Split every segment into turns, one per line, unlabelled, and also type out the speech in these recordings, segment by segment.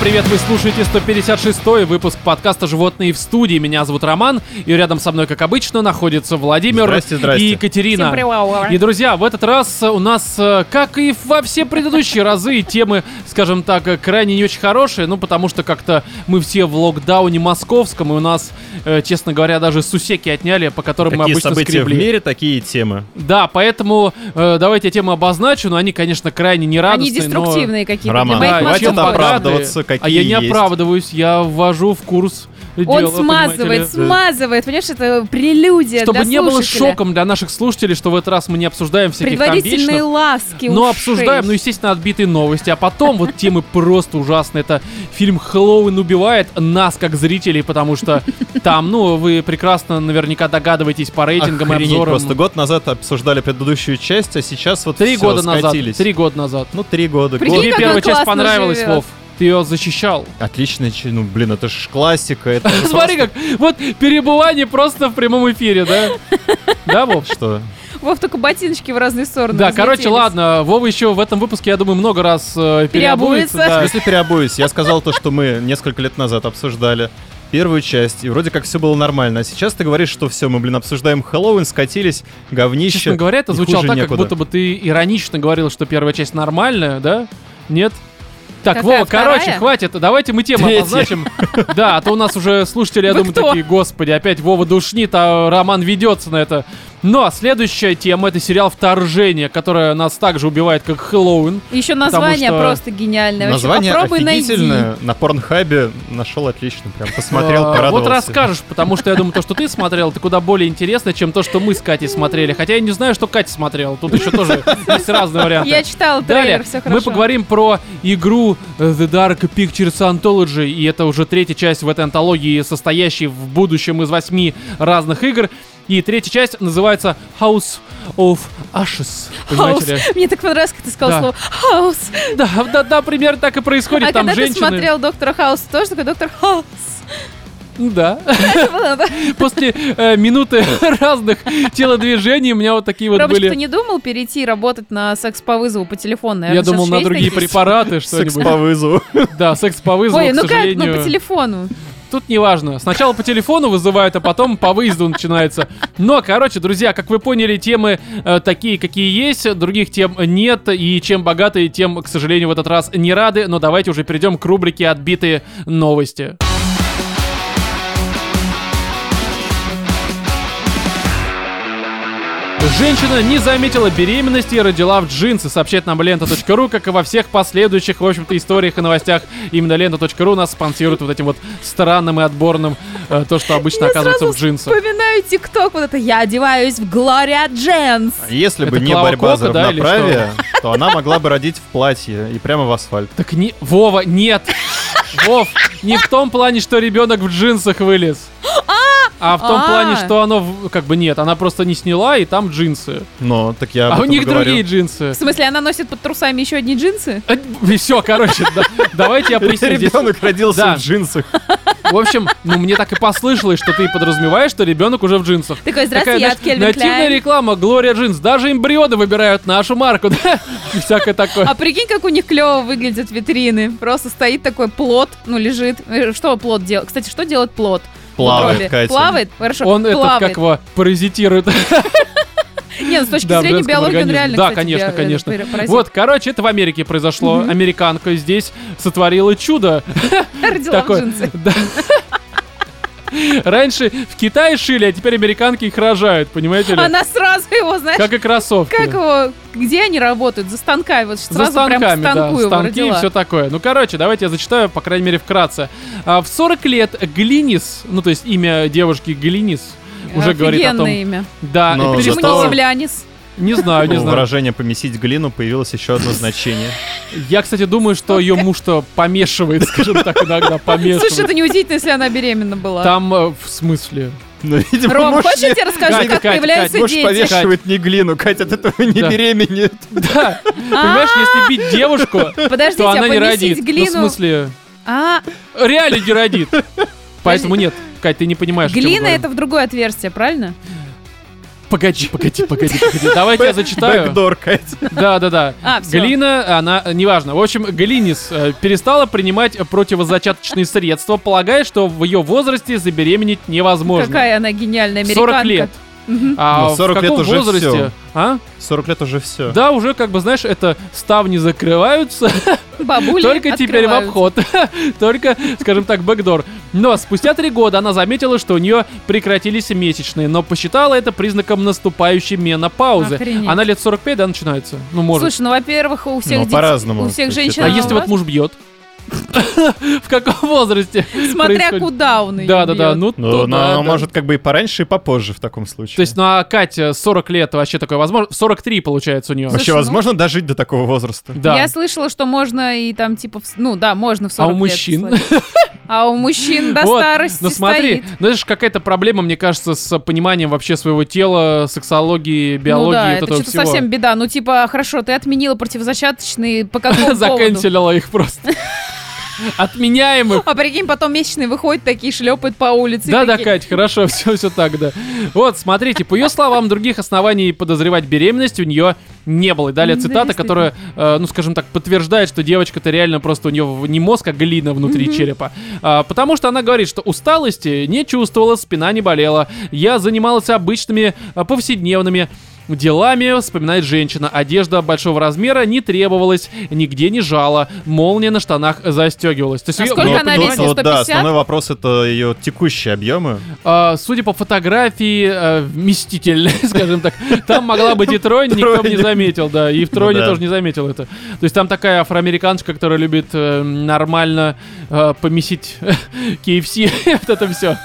привет! Вы слушаете 156-й выпуск подкаста «Животные в студии». Меня зовут Роман, и рядом со мной, как обычно, находится Владимир
Здрасте, здрасте.
и Екатерина.
Всем привет.
И, друзья, в этот раз у нас, э, как и во все предыдущие разы, темы, скажем так, э, крайне не очень хорошие, ну, потому что как-то мы все в локдауне московском, и у нас, э, честно говоря, даже сусеки отняли, по которым мы
Какие
обычно
события
скребли.
в мире, такие темы.
Да, поэтому э, давайте я тему обозначу, но они, конечно, крайне
Они
нерадостные. но...
деструктивные какие-то.
Роман,
для моих
хватит
мозгов.
чем богаты.
А, оправдываться,
А
какие
я не
есть.
оправдываюсь, я ввожу в курс дела,
Он
понимаете ли.
смазывает, смазывает. Понимаешь, это прелюдия
Чтобы
для
не было
слушателя.
шоком для наших слушателей, что в этот раз мы не обсуждаем всяких там
Предварительные
вечных,
ласки
но
ушей.
обсуждаем, ну, естественно, отбитые новости. А потом вот темы просто ужасные. Это фильм «Хэллоуин убивает» нас, как зрителей, потому что там, ну, вы прекрасно наверняка догадываетесь по рейтингам и
Охренеть,
обзорам.
просто год назад обсуждали предыдущую часть, а сейчас вот
Три
всё,
года назад.
скатились.
Три года назад.
Ну, три года.
Прикинь,
год.
Тебе
как
первая
она
часть
классно
понравилась,
живет.
Вов. Ты ее защищал.
Отлично, чи- ну, блин, это же классика. Это же
Смотри, как вот перебывание просто в прямом эфире, да? Да, Вов?
Что?
Вов только ботиночки в разные стороны
Да, короче,
разлетелись.
ладно, Вова еще в этом выпуске, я думаю, много раз э, переобуется.
Переобуется.
В
да.
смысле переобуюсь? Я сказал то, что мы несколько лет назад обсуждали первую часть, и вроде как все было нормально. А сейчас ты говоришь, что все, мы, блин, обсуждаем Хэллоуин, скатились, говнище.
Честно говоря, это
и
звучало
хуже
так, как
некуда.
будто бы ты иронично говорил, что первая часть нормальная, да? Нет? Так,
Какая,
Вова,
вторая?
короче, хватит, давайте мы тему
Третья. Ну
обозначим. Да, а то у нас уже слушатели, я
Вы
думаю,
кто?
такие, господи, опять Вова душнит, а Роман ведется на это. Но следующая тема — это сериал «Вторжение», которая нас также убивает, как Хэллоуин.
Еще
потому
название
что-
просто гениальное. Вообще,
Название
попробуй
офигительное.
найди.
На порнхабе нашел отлично. Прям посмотрел,
А, Вот
порадовался.
расскажешь, потому что я думаю, то, что ты смотрел, это куда более интересно, чем то, что мы с Катей смотрели. Хотя я не знаю, что Катя смотрела. Тут еще тоже есть разные варианты.
Я читала трейлер,
Далее
все хорошо.
мы поговорим про игру э, The Dark Pictures Anthology, и это уже третья часть в этой антологии, состоящей в будущем из восьми разных игр. И третья часть называется House of Ashes.
Хаус.
Понимаете ли?
Мне так понравилось, как ты сказал
Да.
слово хаус.
Да, да, да, примерно так и происходит.
а
Там
когда ты
женщины.
смотрел доктора Хауса, тоже такой доктор Хаус.
Да.
Это было, да?
После э, минуты разных телодвижений у меня вот такие вот
Ромочка, ты
были.
не думал перейти работать на секс по вызову по телефону?
Я
Наверное,
думал
сейчас
на
есть
другие
такие?
препараты,
Секс
что-нибудь.
по вызову.
Да, секс по вызову,
Ой,
к
ну как, ну
сожалению.
по телефону.
Тут неважно. Сначала по телефону вызывают, а потом по выезду начинается. Но, короче, друзья, как вы поняли, темы э, такие, какие есть, других тем нет. И чем богатые, тем, к сожалению, в этот раз не рады. Но давайте уже перейдем к рубрике «Отбитые новости». Женщина не заметила беременности и родила в джинсы, сообщает нам лента.ру, как и во всех последующих, в общем-то, историях и новостях. Именно лента.ру нас спонсирует вот этим вот странным и отборным, э, то, что обычно
Я
оказывается в
сразу
джинсах.
Вспоминаю ТикТок, вот это «Я одеваюсь в Gloria Дженс».
Если бы
Это
не
Клава
борьба за
Кока, да, или что?
равноправие, то она могла бы родить в платье и прямо в асфальт.
Так не... Вова, нет! Вов, не в том плане, что ребенок в джинсах вылез. А в том
А.
плане, что оно, в- как бы нет, она просто не сняла, и там джинсы.
Но так я об
А у
этом
них
и говорю.
другие джинсы.
В смысле, она носит под трусами еще одни джинсы?
Все, короче, да, давайте я поясню. здесь.
Ребенок родился
Да.
в джинсах.
В общем, ну мне так и послышалось, что ты подразумеваешь, что ребенок уже в джинсах.
Такой, здравствуйте, я
знаешь,
от Кельвин
нативная
Кляйн.
реклама, Глория Джинс. Даже эмбрионы выбирают нашу марку, да? И всякое такое.
А прикинь, как у них клево выглядят витрины. Просто стоит такой плод, ну лежит. Э, Что плод делает? Кстати, что делает плод? в утробе?
Плавает, Катя.
Плавает? Хорошо,
Он этот,
плавает.
как его, паразитирует.
Не, ну, с точки
Да, в
зрения
женском
биологии он
организме.
реально,
Да,
кстати,
конечно,
био-
конечно.
э, паразит.
Вот, короче, это в Америке произошло. Американка здесь сотворила чудо.
Родила в
Такое.
джинсы.
Да. Раньше в Китае шили, а теперь американки их рожают, понимаете ли?
Она сразу его, знаешь,
Как и кроссовки.
как его, где они работают? За станками, вот
За
сразу прям к
станками, да,
станку его
станки и
родила.
все такое. Ну, короче, давайте я зачитаю, по крайней мере, вкратце. А, в 40 лет Глинис, ну, то есть имя девушки Глинис, уже говорит о
Офигенное
том...
имя.
Да,
Но
и
Почему
зато-
не землянис?
не знаю, не
Ну,
знаю.
выражение «помесить глину» появилось еще одно значение.
Я, кстати, думаю, что ее муж-то помешивает, скажем так, иногда
Слушай,
помешивает.
это неудивительно, если она беременна была.
Там, э, в смысле?
Ну, видимо,
Ром,
муж
хочешь я
не-
тебе расскажу,
Катя,
как
Катя,
появляются
муж
дети?
повешивает не глину, Катя, от этого не
Да.
беременеет.
Да, понимаешь, если бить девушку,
А? Подождите,
то
а
она не
помесить
родит. Ну, в
глину...
смысле,
А,
реально не родит. Поэтому нет, Кать, ты не понимаешь, о чем мы
глина
говорим.
это в другое отверстие, правильно?
Погоди, погоди, погоди, погоди. Давайте я зачитаю.
Бэкдор, Катя.
Да, да, да.
А, всё.
Глина, она, э, неважно. В общем, Глинис э, перестала принимать э, противозачаточные средства, полагая, что в ее возрасте забеременеть невозможно.
Какая она гениальная
40
американка.
лет.
Мгм.
А
Но 40
в
Ну, лет
каком
уже
возрасте?
всё.
А?
40 лет уже все.
Да, уже как бы, знаешь, это ставни закрываются,
Бабули
только теперь в
открывают.
обход. Только, скажем так, бэкдор. Но спустя три года она заметила, что у нее прекратились месячные, но посчитала это признаком наступающей менопаузы.
Охренеть.
Она лет 45, да, начинается? Ну, может.
Слушай, ну, во-первых, у всех
Ну,
дет-
по-разному,
у всех
то есть
женщин...
это-
а
она
если
у
вот
вас-
муж бьет? В каком возрасте?
Смотря
происходит?
куда он её
Да, да, да.
бьёт.
Ну,
Ну,
то
но
да,
оно
да.
может как бы и пораньше, и попозже в таком случае.
То есть, ну а Катя 40 лет вообще такое возможно. 43 получается у нее.
Слушай,
Вообще
ну-
возможно дожить до такого возраста?
Да.
Я слышала, что можно и там типа... в с- Ну да, можно в
А
40
у
лет
мужчин?
слать. А у мужчин до
Вот,
старости
Ну смотри,
стоит.
знаешь, какая-то проблема, мне кажется, с пониманием вообще своего тела, сексологии, биологии,
ну да,
вот
это
этого
что-то
всего.
совсем беда. Ну типа, хорошо, ты отменила противозачаточные по какому поводу?
Заканчивала их просто. Отменяем их.
А прикинь, потом месячные выходят такие, шлепают по улице. и
Да, да,
такие,
Кать, хорошо, все, все так, да. Вот, смотрите, по ее словам, других оснований подозревать беременность у нее не было. И далее
М, да,
цитата, которая, э, ну, скажем так, подтверждает, что девочка-то реально просто у нее не мозг, а глина внутри черепа. А, потому что она говорит, что усталости не чувствовала, спина не болела. Я занималась обычными а, повседневными Делами, вспоминает женщина, одежда большого размера не требовалась, нигде не жала, молния на штанах застегивалась. То есть
А
её-
сколько
Ну,
она
тут,
весит?
вот, Да,
150?
основной вопрос это ее текущие объемы.
А, судя по фотографии, э, вместитель, скажем так. Там могла быть и тронь, никто бы не
Тронь.
заметил, да. И в
Ну
троне
да.
тоже не заметил это. То есть там такая афроамериканочка, которая любит э, нормально э, помесить KFC, вот это все.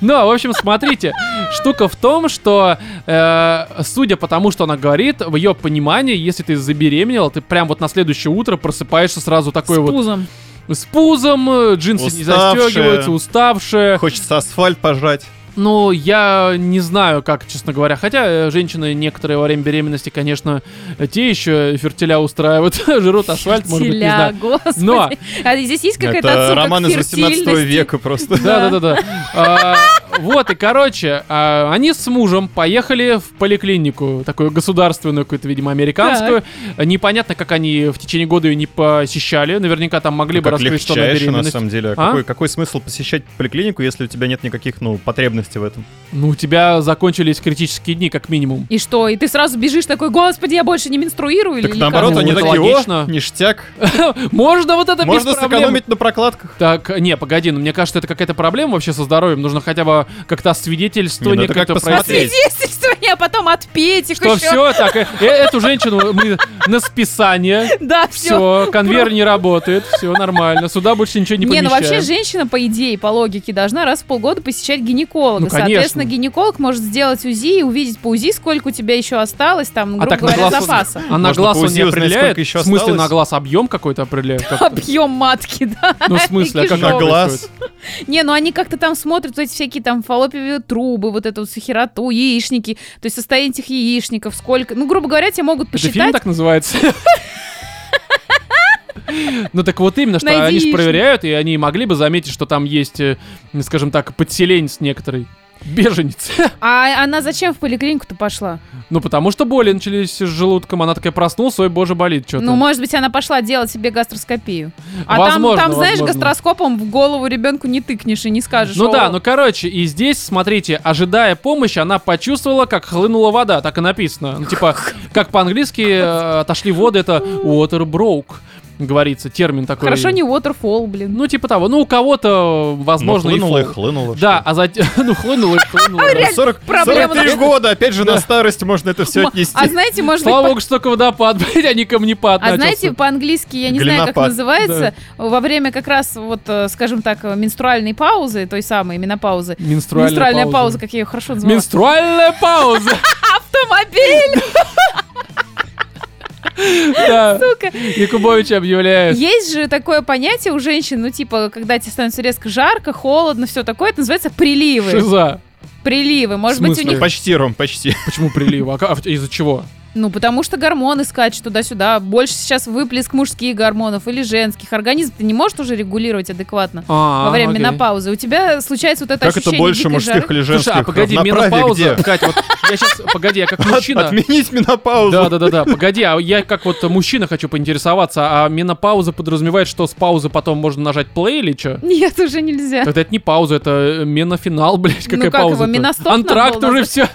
Ну, в общем, смотрите, штука в том, что, э, судя по тому, что она говорит, в ее понимании, если ты забеременела, ты прям вот на следующее утро просыпаешься сразу такой
С
вот
пузом.
с пузом, э, джинсы не
Уставшая.
застегиваются, уставшая.
Хочется асфальт пожрать.
Ну, я не знаю, как, честно говоря. Хотя э, женщины некоторые во время беременности, конечно, э, те еще фертиля устраивают, жрут асфальт, может быть, не
Фертиля,
знаю. Ну,
господи.
Но-
А здесь есть какая-то
это
отсылка
роман
к
из 18
фертильности?
века просто.
Да, да, да, да. А, Вот, и короче, а, они с мужем поехали в поликлинику, такую государственную, какую-то, видимо, американскую. Непонятно, как они в течение года ее не посещали. Наверняка там могли
Ну,
бы
как
раскрыть, что она
легчайше, на
беременность.
самом деле.
А?
Какой, какой смысл посещать поликлинику, если у тебя нет никаких, ну, потребностей в этом?
Ну, у тебя закончились критические дни, как минимум.
И что? И ты сразу бежишь такой, господи, я больше не менструирую?
Так
или
наоборот,
никому.
они
Это
такие,
логично.
о, ништяк.
Можно вот это без
Можно
проблем.
сэкономить на прокладках.
Так, не, погоди, ну мне кажется, это какая-то проблема вообще со здоровьем. Нужно хотя бы как-то
Не, ну
освидетельствование
это
как-то
как
пройти.
посмотреть.
Свидетельствование, а потом отпеть их
Что
еще.
все, так, э, э, эту женщину мы на списание.
Да, все.
Все, конвейер не работает, все нормально. Сюда больше ничего не
Не, ну
помещаем.
вообще женщина, по идее, по логике, должна раз в полгода посещать гинеколога.
Ну, конечно.
Соответственно, гинеколог может сделать УЗИ и увидеть по УЗИ, сколько у тебя еще осталось, там, грубо
А так на
говоря,
глаз-
запаса.
А на
Можно
глаз
по
он
УЗИ
не
узнать,
определяет?
сколько еще
в смысле,
осталось?
на глаз объем какой-то определяет? Как-
Объем матки, да.
Ну, в смысле, а как
и
это
На
Жалко
глаз.
происходит?
Не, ну они как-то там смотрят вот эти всякие там фаллопиевые трубы, вот эту вот всю хероту, яичники, то есть состояние этих яичников, сколько... Ну, грубо говоря, тебе могут
Это фильм
посчитать...
так называется? Ну так вот именно, что
Найди
они же
яичник.
проверяют, и они могли бы заметить, что там есть, э, скажем так, подселенец некоторый. Беженец.
А она зачем в поликлинику-то пошла?
Ну, потому что боли начались с желудком. Она такая проснулась, ой, боже, болит что-то.
Ну, может быть, она пошла делать себе гастроскопию. А
Возможно,
там, там, знаешь,
возможно.
гастроскопом в голову ребенку не тыкнешь и не скажешь.
Ну
«О,
да, ну короче, и здесь, смотрите, ожидая помощи, она почувствовала, как хлынула вода, так и написано. Ну, типа, как по-английски э, отошли воды, это water broke, говорится, термин такой.
Хорошо, не waterfall, блин.
Ну, типа того. Ну, у кого-то, возможно,
Ну,
и
хлынуло и
фол.
хлынуло.
Да,
что ли.
а затем... Ну, хлынуло и хлынуло. да.
Ну, 40,
а проблема
43
такая.
года, опять же, на старость можно это все
М-
отнести.
А знаете, может быть,
Слава
по-
богу, что только водопад, блядь, а не камнепад
а знаете,
начался.
по-английски, я не знаю, как
Глинопад.
называется, во время как раз вот, э, скажем так, э, менструальной паузы, той самой менопаузы.
Менструальная,
пауза, как я ее хорошо называла.
Менструальная пауза!
Автомобиль!
Да.
Сука!
Якубович объявляет.
Есть же такое понятие у женщин, ну, типа, когда тебе становится резко жарко, холодно, все такое, это называется приливы.
Шиза.
Приливы. Может быть, у
смысле?
них...
Почти, Ром, почти.
Почему прилива? А ка- а в- из-за чего?
Ну, потому что гормоны скачут туда-сюда. Больше сейчас выплеск мужских гормонов или женских. Организм ты не может уже регулировать адекватно
А,
во время
окей.
менопаузы. У тебя случается вот это
Как это
ощущение
больше
дикой
мужских
жары.
или женских?
Слушай, а погоди,
Равноправие
менопауза,
где?
Кать, вот я сейчас, погоди, я как
От-
мужчина...
Отменить менопаузу.
Да, да, да, да. Погоди, а я как вот мужчина хочу поинтересоваться, а менопауза подразумевает, что с паузы потом можно нажать плей или что?
Нет, уже нельзя.
Тогда это не пауза, это э, менофинал, блядь,
Ну
какая
как его,
пауза.
меностоп
Антракт
надо было
уже все.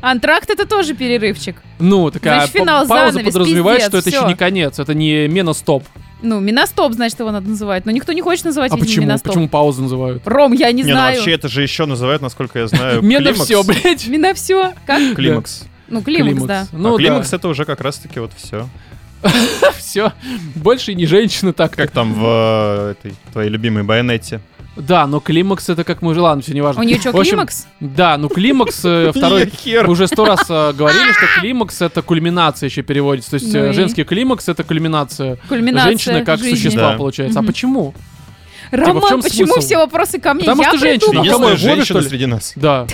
Антракт это тоже перерывчик.
Ну, такая
Значит, финал,
па- пауза
занавес,
подразумевает,
пиздец,
что это
всё.
еще не конец, это не меностоп.
Ну, миностоп, значит, его надо называть. Но никто не хочет называть,
А
видимо,
почему?
миностоп.
Почему паузу называют?
Ром, я не
Не, ну
знаю.
вообще это же еще называют, насколько я знаю,
Мено
климакс.
все, блядь.
Мина все. Как?
Климакс.
Ну, климакс, да.
Ну,
а климакс
да,
это уже как раз-таки вот все.
все. Больше и не женщина так.
Как там в э, этой твоей любимой байонете.
Да, но климакс это как мы желаем, все не важно.
У нее что,
В общем,
климакс?
Да, ну климакс э, второй.
хер.
Мы уже сто раз э, говорили, что климакс это кульминация еще переводится. То есть э,
Ну и?
женский климакс это кульминация.
Кульминация
Женщины как
жизни.
существа,
Да.
получается. А
Мгм.
почему?
Роман,
в чем
почему
смысл?
все вопросы ко мне?
Потому
я
что женщина.
придумала.
Кому я
Единственная
в воду,
женщина
что ли?
среди нас.
Да.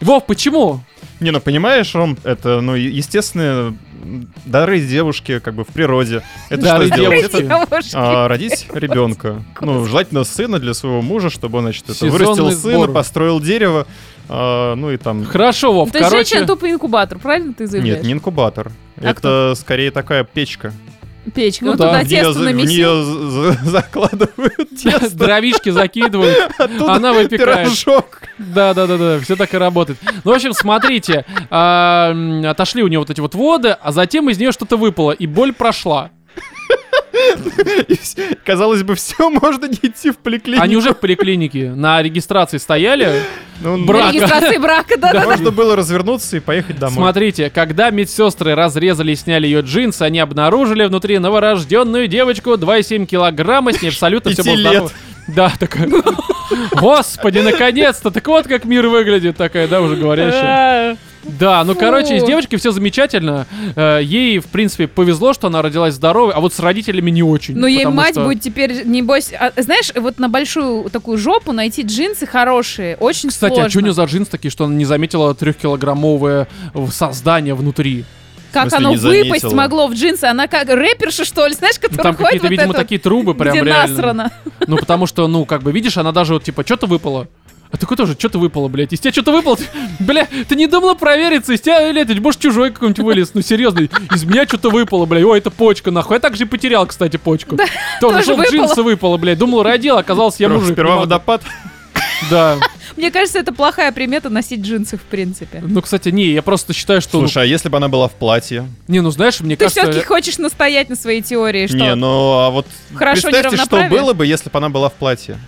Вов, почему?
Не, ну понимаешь, Ром, это, ну, е- естественные м, дары девушки как бы в природе. Это
Дары
что сделать?
девушки.
Это,
Девушки.
а, родить ребенка. Ну, желательно сына для своего мужа, чтобы он, значит, это,
Сезонный
вырастил сына,
сбор.
построил дерево, а, ну и там...
Хорошо, Вов,
То есть
короче.
женщина тупо инкубатор, правильно ты заявляешь?
Нет, не инкубатор.
А
это
кто?
скорее такая печка.
Печка,
Ну
вот
да.
туда
в нее,
тесто
за- в
намесил.
нее за- за- закладывают тесто,
Дровишки закидывают,
оттуда
она выпекает.
пирожок.
Да, да, да, да, все так и работает. Ну, в общем, смотрите, а, м, отошли у нее вот эти вот воды, а затем из нее что-то выпало, и боль прошла.
И вс- Казалось бы, все, можно не идти в поликлинику.
Они уже в поликлинике на регистрации стояли.
Ну,
На
брака.
регистрации брака, да, да.
Можно было развернуться и поехать домой.
Смотрите, когда медсестры разрезали и сняли ее джинсы, они обнаружили внутри новорожденную девочку 2,7 килограмма, с ней абсолютно все
Пяти
было здорово.
лет.
Да, такая. Господи, наконец-то! Так вот как мир выглядит, такая, да, уже говорящая.
Э,
Да, ну
Фу.
короче, из девочки все замечательно. Э, Ей, в принципе, повезло, что она родилась здоровой, а вот с родителями не очень.
Но Ну, ей
потому
мать
что-
будет теперь, небось... а, Знаешь, вот на большую такую жопу найти джинсы хорошие очень
Кстати,
сложно.
а что у нее за джинсы такие, что она не заметила трехкилограммовое э, создание внутри?
Как
смысле,
оно
не
выпасть
заметила?
могло в джинсы? Она как рэперша, что ли, знаешь,
Ну,
которая
Там
ходит
какие-то,
вот
видимо,
это вот,
такие трубы прям
где
реально.
насрано.
Ну, потому что, ну, как бы, видишь, она даже вот, типа, что-то выпало. А такой тоже, что-то выпало, блядь. Из тебя что-то выпало, ты, бля, ты не думала провериться, из тебя, или ты, может, чужой какой-нибудь вылез, ну, серьезно, из меня что-то выпало, блядь, ой, это почка, нахуй. Я так же и потерял, кстати, почку.
тоже
тоже шел,
выпало.
джинсы выпало, блядь, думал, родил, оказался я
Сперва-
мужик.
Сперва
Ну, ладно.
водопад.
Да.
Мне кажется, это плохая примета носить джинсы, в принципе.
Ну, кстати, не, я просто считаю, что... ну,
Слушай, а если бы она была в платье?
не, ну, знаешь, мне
Ты все-таки
кажется...
хочешь настоять на своей теории, что
Не, ну а вот
Хорошо,
представьте, что
неравноправие.
было бы, если бы она была в платье.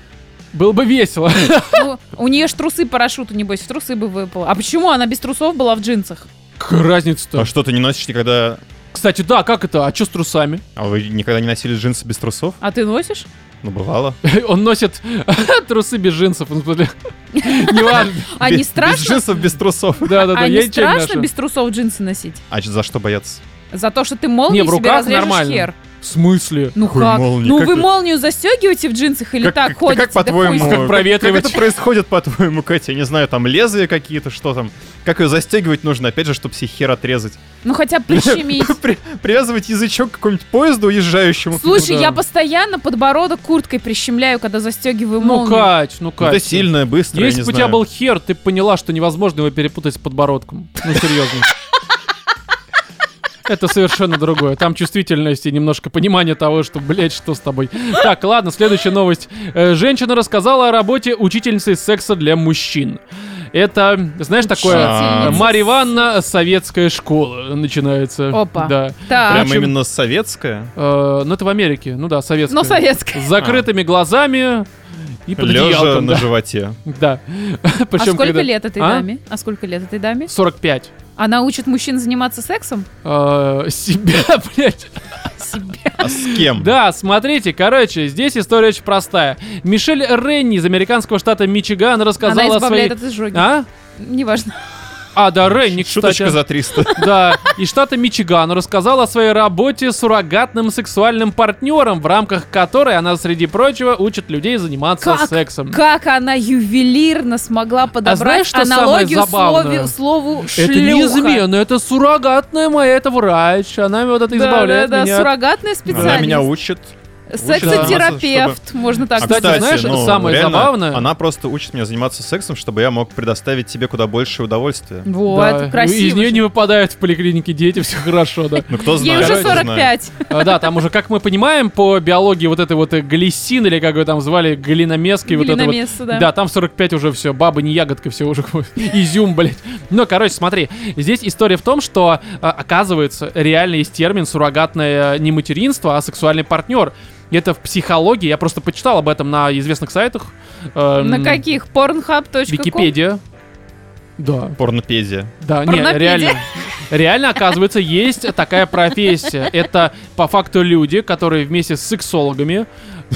Было бы весело.
Ну, у нее ж трусы парашюту, небось, в трусы бы выпало. А почему она без трусов была в джинсах?
Какая разница-то?
А что ты не носишь никогда...
Кстати, да, как это? А что с трусами?
А вы никогда не носили джинсы без трусов?
А ты носишь?
Ну, бывало.
Он носит трусы без джинсов. он, блядь, Неважно.
А
Бе-
не
Без
страшно?
джинсов, без трусов.
Да, да, да,
А
я ничего
не
не
страшно
ношу.
без трусов джинсы носить?
А ч- за что бояться?
За то, что ты
Не,
молнию
в
себе
руках
разрежешь
нормально.
хер.
В смысле?
Ну
Какой
как?
молнии?
Ну
Как
вы
это?
молнию застегиваете в джинсах или так
как,
ходите?
как
Да хуй
по-твоему,
с ним.
Как проветривать?
Как это происходит, по-твоему, Катя? Я не знаю, там лезвия какие-то, что там. Как ее застегивать нужно, опять же, чтобы себе хер отрезать.
Ну хотя бы прищемить.
При- Привязывать язычок к какому-нибудь поезду уезжающему.
Слушай,
да.
я постоянно подбородок курткой прищемляю, когда застегиваю
Ну,
молнию.
Кать, ну,
Ну,
Кать.
Это сильно, быстро, я
Если
не
бы у тебя
знаю.
был хер, ты б поняла, что невозможно его перепутать с подбородком. Ну, серьезно. Это совершенно другое. Там чувствительность и немножко понимание того, что, блядь, что с тобой. Так, ладно, следующая новость. Э, Женщина рассказала о работе учительницы секса для мужчин. Это, знаешь, такое...
А.
э,
Учительница.
Марья Ивановна, советская школа начинается.
Опа.
Да.
Так.
Прям
в общем-
именно советская?
Э, Ну, это в Америке. Ну да, советская.
Но советская.
С закрытыми глазами и под
Лежа
одеялком,
на
да.
животе.
Да.
А
Причем,
сколько
когда-
лет этой
А?
даме? А сколько лет этой даме?
45.
Она учит мужчин заниматься сексом?
Э, Себя, блядь.
Себя.
А с кем?
Да, смотрите, короче, здесь история очень простая. Мишель Ренни из американского штата Мичиган
Она
рассказала о своей...
избавляет от изжоги.
А?
Неважно.
Ада Ренник,
Шуточка
кстати.
за 300.
Да, из штата Мичиган рассказал о своей работе суррогатным сексуальным партнером, в рамках которой она, среди прочего, учит людей заниматься
Как?
сексом.
Как она ювелирно смогла подобрать
А знаешь, что самое
аналогию
забавное?
слове- слову
Это
шлюха.
не измена, это суррогатная моя, это врач. Она вот это
Да,
избавляет
да, да,
меня от
суррогатная
Она
специальность.
меня учит.
Сексотерапевт, можно так
А,
сказать.
кстати, знаешь, самое
ну, реально,
забавное-
Она просто учит меня заниматься сексом, чтобы я мог предоставить тебе куда больше удовольствия.
Вот,
Да,
красиво.
Из нее
же.
не выпадают в поликлинике дети, все хорошо, да.
Ну кто
Ей
знает.
уже
кто знает.
45.
А, Да, там уже, как мы понимаем, по биологии вот этой вот э, глиссин, или как ее там звали, глиномески, вот это вот
Глиномеса,
Да.
да.
там 45 уже все, баба не ягодка, все уже изюм, блядь. Ну, короче, смотри, здесь история в том, что, а, оказывается, реально есть термин суррогатное не материнство, а сексуальный партнер. Это в психологии, я просто почитал об этом на известных сайтах. эм,
На каких? Pornhub.com?
Википедия. Да,
Порнопедия.
да, не,
Порнопедия.
реально. Реально, оказывается, есть такая профессия. Это, по факту, люди, которые вместе с сексологами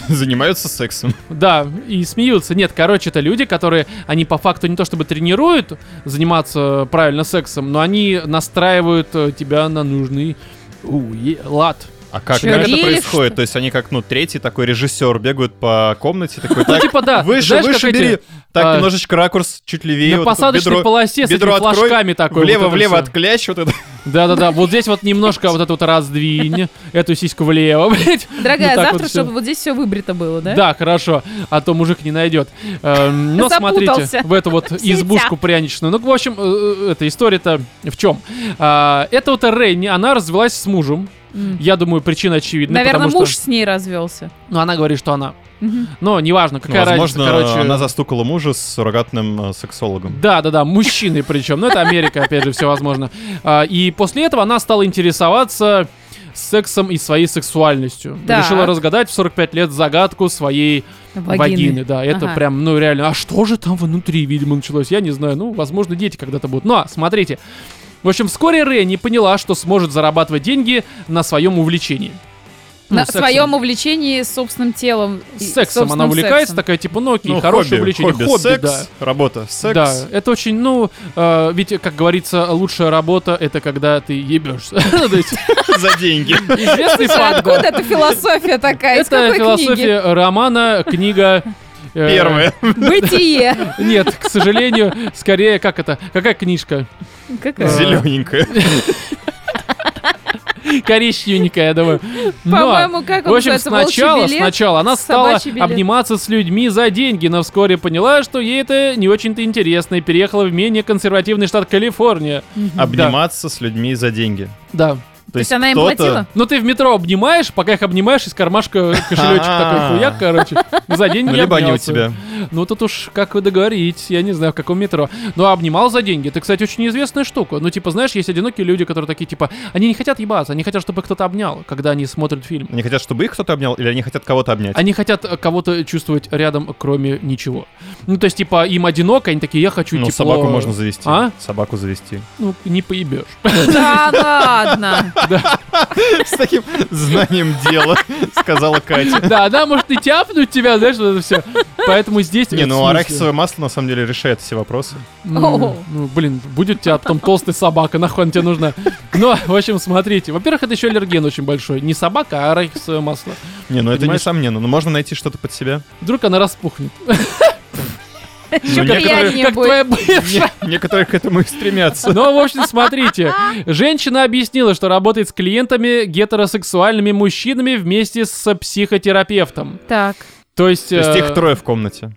Занимаются сексом.
да, и смеются. Нет, короче, это люди, которые, они по факту не то чтобы тренируют заниматься правильно сексом, но они настраивают э, тебя на нужный у, е- лад.
А как,
Чё,
как это
веришь,
происходит?
что-
То есть они как, ну, третий такой режиссер бегают по комнате, такой,
Ну,
так,
типа, да,
выше,
знаешь,
выше
как эти,
бери. так,
а,
немножечко ракурс, чуть левее.
на
вот это
посадочной
бедро-
полосе с этими
бедро открой,
флажками такой.
Влево,
вот это
влево
всё.
от кляч, вот это.
Да-да-да, вот здесь вот немножко вот это вот раздвинь, эту сиську влево, блядь. Ну, так
Дорогая, завтра,
вот всё.
чтобы вот здесь все выбрито было, да?
Да, хорошо, а то мужик не найдет. Эм, Но смотрите,
Запутался.
в эту вот
сетях.
избушку пряничную. Ну, в общем, э, э, эта история-то в чем? Эта вот Рейни, она развелась с мужем.
М.
Я думаю, причина очевидна.
Наверное,
ну, потому
муж
Что,
с ней развелся.
ну, она говорит, что она.
Мгм.
Но неважно,
Ну,
какая
возможно,
разница, короче.
она застукала мужа с суррогатным э, сексологом.
Да, да, да, мужчины причем. Ну, это Америка, опять же, все возможно. А, И после этого она стала интересоваться сексом и своей сексуальностью.
Так.
Решила разгадать в 45 лет загадку своей
Вагины.
вагины. да. Это
Ага.
прям, ну, реально. А что же там внутри, видимо, началось? Я не знаю. Ну, возможно, дети когда-то будут. Но, смотрите. В общем, вскоре Ренни поняла, что сможет зарабатывать деньги на своем увлечении. Ну,
На
сексом.
своем увлечении собственным телом. и
сексом она
собственным
увлекается,
сексом.
такая, типа, ну, окей,
Ну,
хорошее увлечение.
хобби,
хобби,
секс,
да.
работа, секс.
Да, это очень, ну, э, ведь, как говорится, лучшая работа это когда ты ебешься. То есть,
За деньги.
Известный
Слушай,
факт.
откуда эта философия такая? Из
Это
какой
философия романа, книга. э,
Первое.
книги? Бытие.
Нет, к сожалению, скорее, как это? Какая книжка? э.
Какая?
Зелененькое.
Коричневенькая, я думаю. Но,
По-моему, как он
Ну, в общем,
называется? «Волчий
сначала,
билет»?
сначала она стала
собачий билет.
обниматься с людьми за деньги, но вскоре поняла, что ей это не очень-то интересно и переехала в менее консервативный штат Калифорния.
Обниматься с людьми за деньги.
Да.
То есть она им
кто-то-
платила?
Ну ты в метро обнимаешь, пока их обнимаешь, из кармашка кошелечек такой
А-а-а.
хуяк, короче. За деньги
Ну, либо они у
обнялся.
тебя.
Ну тут уж как вы договоритесь, я не знаю, в каком метро. Но обнимал за деньги. Это, кстати, очень известная штука. Ну, типа, знаешь, есть одинокие люди, которые такие, типа, они не хотят ебаться, они хотят, чтобы их кто-то обнял, когда они смотрят фильм.
Они хотят, чтобы их кто-то обнял, или они хотят кого-то обнять?
Они хотят э, кого-то чувствовать рядом, кроме ничего. Ну, то есть, типа, им одиноко, они такие, я хочу
Ну,
тепло.
собаку можно завести.
А?
Собаку завести.
Ну, не поебешь.
Да ладно.
С таким знанием дела, сказала Катя.
Да, она может и тяпнуть тебя, знаешь, вот это все. Поэтому здесь...
Не,
вот
ну
смысл.
арахисовое масло на самом деле решает все вопросы.
Ну,
О.
ну, блин, будет у тебя потом толстая собака, нахуй она тебе нужна. Но, в общем, смотрите. Во-первых, это еще аллерген очень большой. Не собака, а арахисовое масло.
Не, ну это
Понимаешь?
несомненно. Но можно найти что-то под себя.
Вдруг она распухнет.
Ну, некоторые-
приятнее
Как
будет.
твоя бывшая.
не- Некоторые к этому и стремятся.
Ну, в общем, смотрите. Женщина объяснила, что работает с клиентами гетеросексуальными мужчинами вместе с психотерапевтом.
Так.
То есть...
То есть
э,
их трое в комнате.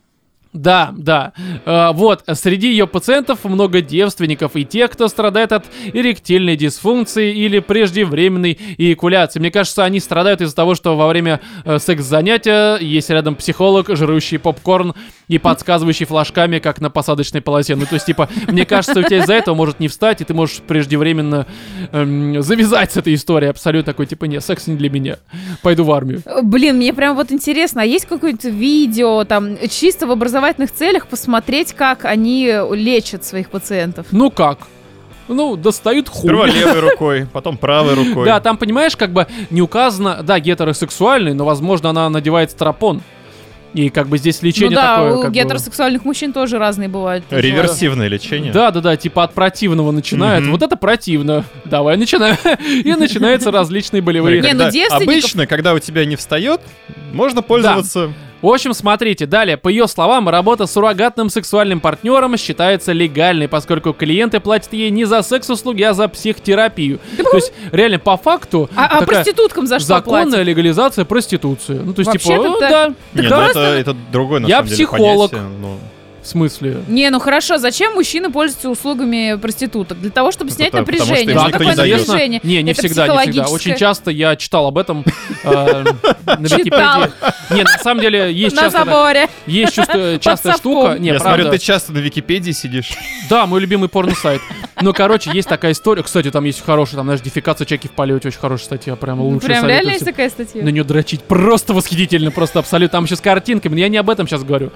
Да, да. Э, вот, среди ее пациентов много девственников и тех, кто страдает от эректильной дисфункции или преждевременной эякуляции. Мне кажется, они страдают из-за того, что во время э, секс-занятия есть рядом психолог, жрущий попкорн и подсказывающий флажками, как на посадочной полосе. Ну, то есть, типа, мне кажется, у тебя из-за этого может не встать, и ты можешь преждевременно эм, завязать с этой историей. Абсолютно такой, типа, не, секс не для меня. Пойду в армию.
Э, Блин, мне прям вот интересно, а есть какое-то видео там чисто в образовательных целях посмотреть, как они лечат своих пациентов?
Ну как? Ну, достают хуй.
Сперва левой рукой, потом правой рукой.
Да, там, понимаешь, как бы не указано, да, гетеросексуальный, но, возможно, она надевает стропон. И как бы здесь лечение
ну да,
такое.
у
как бы-
гетеросексуальных мужчин тоже разные бывают.
Э, Реверсивное лечение.
Да, да, да, типа от противного начинает.
Мгм.
Вот это противно. Давай начинаем. И начинаются различные болевые.
Смотри,
Не, ну
когда-
девственников-
Обычно, когда у тебя не встает, можно пользоваться.
В общем, смотрите, далее, по ее словам, работа с суррогатным сексуальным партнером считается легальной, поскольку клиенты платят ей не за секс-услуги, а за психотерапию. То есть, реально, по факту,
А, а
такая
проституткам за что
законная
платят?
легализация проституции. Ну, то есть, типа,
Вообще-то
«О,
да.
да,
Не, ну
да,
это, это другой, на
Я
самом деле,
психолог.
понятие, ну.
в смысле.
Не, ну хорошо, зачем мужчины пользуются услугами проституток? Для того, чтобы
Ну,
снять
потому- потому что
напряжение.
им
Что
никто
такое
не дает.
напряжение?
Не, не
Это
всегда, не всегда.
психологическое.
Очень часто я читал об этом э, на
Читал.
Википедии. Не, на самом деле, есть
На
часто...
заборе.
Есть чувство- частая
совком.
штука. Не,
Я
правда.
смотрю, ты часто на Википедии сидишь.
Да, мой любимый порно-сайт. Ну, короче, есть такая история. Кстати, там есть хорошая, там, знаешь, дефикация чеки в полете. Очень хорошая статья, прям лучше
Прям реально есть такая статья?
На нее дрочить просто восхитительно, просто абсолютно. Там еще с картинками, но я не об этом сейчас говорю.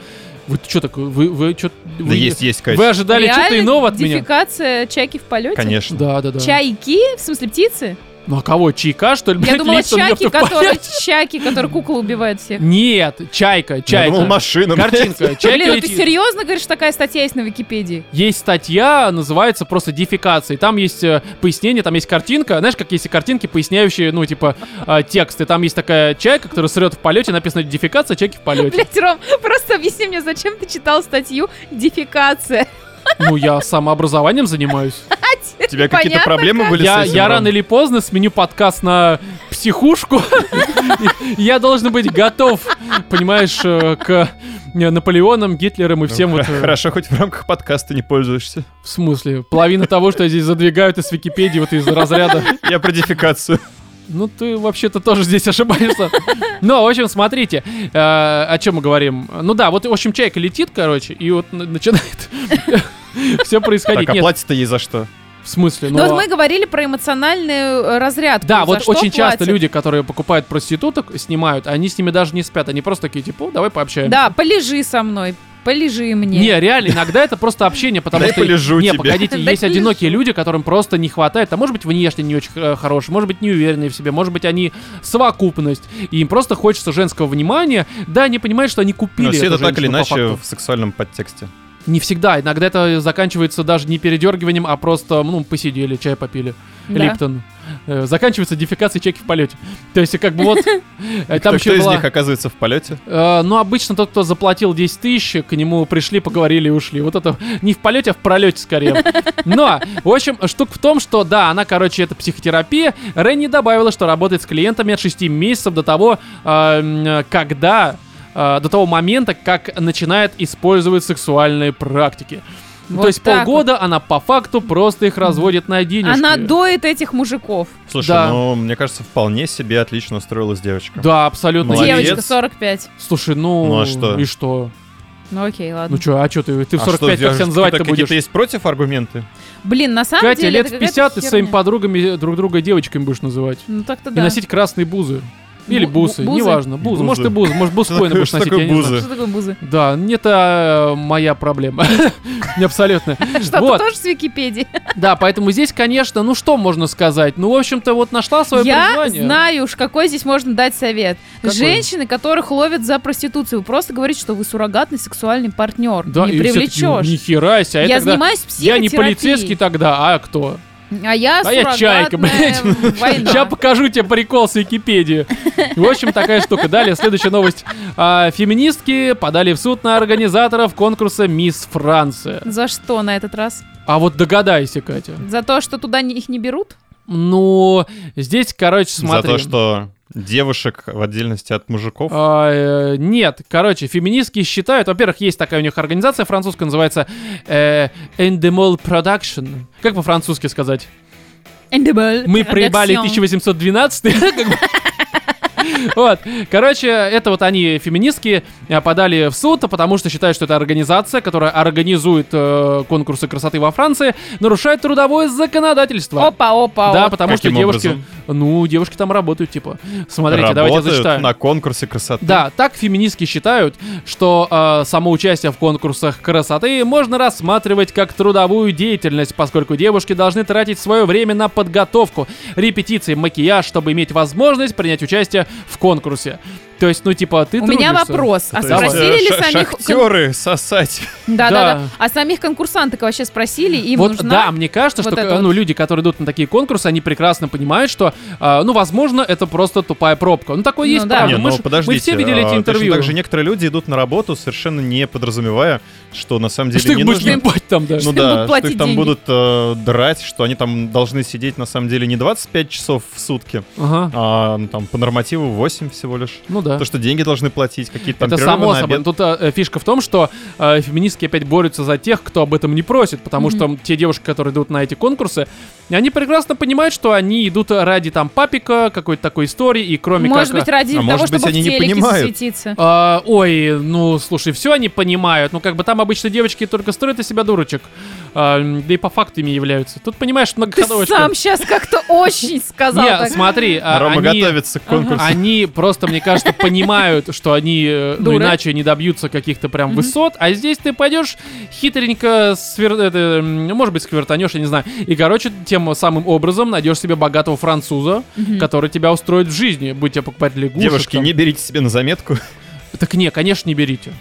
Вы что такое? Вы, вы что?
Да есть, есть,
Вы
Катя.
ожидали что-то
Реально
иного от меня?
Дефикация чайки в полете?
Конечно.
Да, да, да.
Чайки? В смысле птицы?
Ну а кого? Чайка, что ли?
Я
блядь,
думала,
лезть он мне
чайки,
в туалет?
которые, чайки, которые кукол убивают всех.
Нет, чайка,
Я
чайка.
думал, машина. блядь.
Картинка. Чайка
Блин, ну ты
летит.
серьезно говоришь, такая статья есть на Википедии?
есть статья, называется просто дефикация. И Там есть э, пояснение, там есть картинка. Знаешь, как есть и картинки, поясняющие, ну, типа, э, тексты. Там есть такая чайка, которая срет в полете, написано дефикация, чайки в полете.
Блять, Ром, просто объясни мне, зачем ты читал статью «Дефикация»?
Ну, я самообразованием занимаюсь.
У тебя какие-то
Понятно,
проблемы были
Я,
с этим?
я
Ром?
рано или поздно сменю подкаст на психушку. И Я должен быть готов, понимаешь, э, к э, Наполеонам, Гитлерам и
Ну,
всем вот...
хо-
э,
Хорошо, хоть в рамках подкаста не пользуешься.
В смысле, половина того, что я здесь задвигаю, это с Википедии, вот из разряда
Я про дефикацию.
Ну, ты вообще-то тоже здесь ошибаешься. Но, в общем, смотрите, э, о чем мы говорим. Ну да, вот, в общем, чайка летит, короче, и вот на- начинает все происходить.
Так, а
Нет,
платить-то ей за что?
в смысле,
Ну
ну...
вот
а-
мы говорили про эмоциональную э, разрядку.
Да,
За
вот
что
очень часто
платят?
люди, которые покупают проституток, снимают, они с ними даже не спят, они просто такие, типа, «О, давай пообщаемся.
Да, полежи со мной, полежи мне.
Не, реально, иногда это просто общение, потому
Дай
что...
полежу
не,
тебе.
погодите,
Дай
есть
полежу.
одинокие люди, которым просто не хватает. А может быть, внешне не очень э, хорошие, может быть, не уверенные в себе, может быть, они совокупность. И им просто хочется женского внимания. Да, они понимают, что они купили
Но Ну, все
эту
это так или
женщину, по
иначе
факту.
в сексуальном подтексте.
Не всегда. Иногда это заканчивается даже не передергиванием, а просто, ну, посидели, чай попили.
Да.
Липтон. Э, Заканчивается дефикацией чеки в полете. То есть, как бы вот... э, Там
Так кто
еще
из
была...
них оказывается в полете?
Э, Ну, обычно тот, кто заплатил 10 тысяч, к нему пришли, поговорили и ушли. Вот это не в полете, а в пролете скорее. Но, в общем, штука в том, что да, она, короче, это психотерапия. Ренни добавила, что работает с клиентами от 6 месяцев до того, э, м, когда э, до того момента, как начинает использовать сексуальные практики. Ну,
Вот
То есть
так
полгода она по факту просто их разводит на денежки.
Она доит этих мужиков.
Слушай,
Да.
ну, мне кажется, вполне себе отлично устроилась девочка.
Да, абсолютно.
Молодец.
Девочка 45.
Слушай, ну,
Ну, а что?
и что?
Ну окей, ладно.
Ну что, а что ты? Ты в
А
45
что,
как себя
девушки,
называть-то
какие-то-
будешь?
Какие-то есть против аргументы?
Блин, на самом
Катя,
деле...
лет
это
в
какая-то
50 ты
херня.
своими подругами э, друг друга девочками будешь называть.
Ну так-то
И
да.
носить красные бузы. Или
Бу-
бусы,
бу- бузы?
неважно. Бузы.
Бузы.
Может, и бузы, может,
Что
бузкоины
такое-
будешь
что
носить,
такое
я не знаю.
бузы?
Что такое бузы?
Да, не это э, моя проблема. Не абсолютно.
Что,
Вот.
ты тоже с Википедии?
Да, поэтому здесь, конечно, ну что можно сказать? Ну, в общем-то, вот нашла свое
Я
призвание.
знаю уж, какой здесь можно дать совет.
Какой?
Женщины, которых ловят за проституцию, вы просто говорите, что вы суррогатный сексуальный партнер.
Да,
не
и все
привлечешь.
такие, «Ну, нихера себе, а я
я
тогда-
занимаюсь
Я
психотерапией.
не полицейский тогда, а кто?
А я
А я чайка,
суррогатная война.
Сейчас покажу тебе прикол с Википедии. В общем, такая штука. Далее, следующая новость. А, Феминистки подали в суд на организаторов конкурса «Мисс Франция».
За что на этот раз?
А вот догадайся, Катя.
За то, что туда не- их не берут?
Ну, здесь, короче, смотри.
За то, что девушек в отдельности от мужиков.
А, э, нет, короче, феминистки считают, во-первых, есть такая у них организация французская, называется э, Endemol Production. Как по-французски сказать? Мы проебали 1812. как бы. Вот, короче, это вот они, феминистки, э, подали в суд, потому что считают, что это организация, которая организует э, конкурсы красоты во Франции, нарушает трудовое законодательство.
Опа, опа,
да,
опа.
потому
Каким
что девушки,
образом?
ну, девушки там работают, типа. Смотрите, давайте я
Работают
зачитаю.
на конкурсе красоты.
Да, так феминистки считают, что э, само участие в конкурсах красоты можно рассматривать как трудовую деятельность, поскольку девушки должны тратить свое время на подготовку, репетиции, макияж, чтобы иметь возможность принять участие в конкурсе. То есть, ну, типа, ты
У меня
трудишься.
вопрос. А
То есть,
спросили
э,
ли
ша-
самих... кон-
Шахтеры сосать.
Да,
Да.
да, да. А самих конкурсанток вообще спросили, им
вот,
нужна...
да, мне кажется,
вот
что
это
ну,
вот?
люди, которые идут на такие конкурсы, они прекрасно понимают, что, а, ну, возможно, это просто тупая пробка. Ну, такое
Ну
есть,
да.
правда.
Не,
мы,
ну
ж-
подождите.
мы все видели
а,
эти интервью.
Точно так же некоторые люди идут на работу, совершенно не подразумевая, что на самом деле
Что
не
их будешь
нужно...
ебать там даже.
Ну
им будут
да, что их
платить
там
деньги.
будут э, драть, что они там должны сидеть на самом деле не 25 часов в сутки,
Ага.
а ну, там по нормативу 8 всего лишь.
Ну да.
То, что деньги должны платить, какие-то там
это
перерывы
само
на
собой.
обед.
Тут э, фишка в том, что э, феминистки опять борются за тех, кто об этом не просит, потому что те девушки, которые идут на эти конкурсы, они прекрасно понимают, что они идут ради там папика, какой-то такой истории, и кроме
Может
как...
быть, ради
А
того,
может быть,
чтобы
они
в
не
телеке
понимают.
засветиться.
А, ой, ну слушай, все они понимают. Ну, как бы там обычно девочки только строят из себя дурочек. А, м, да и по факту ими являются. Тут понимаешь,
Ты
многоходовочка.
сам сейчас как-то очень сказал
Не,
так.
смотри, а,
Рома
они,
готовится к конкурсу.
они просто, мне кажется, понимают, что они э, ну,
Дуры.
иначе не добьются каких-то прям высот. А здесь ты пойдешь хитренько, свер... это, м, может быть, сквертанешь, я не знаю. И, короче, тем самым образом найдешь себе богатого француза, который тебя устроит в жизни. Будь тебя покупать лягушек.
Девушки,
там.
не берите себе на заметку. А,
Так не, конечно, не берите.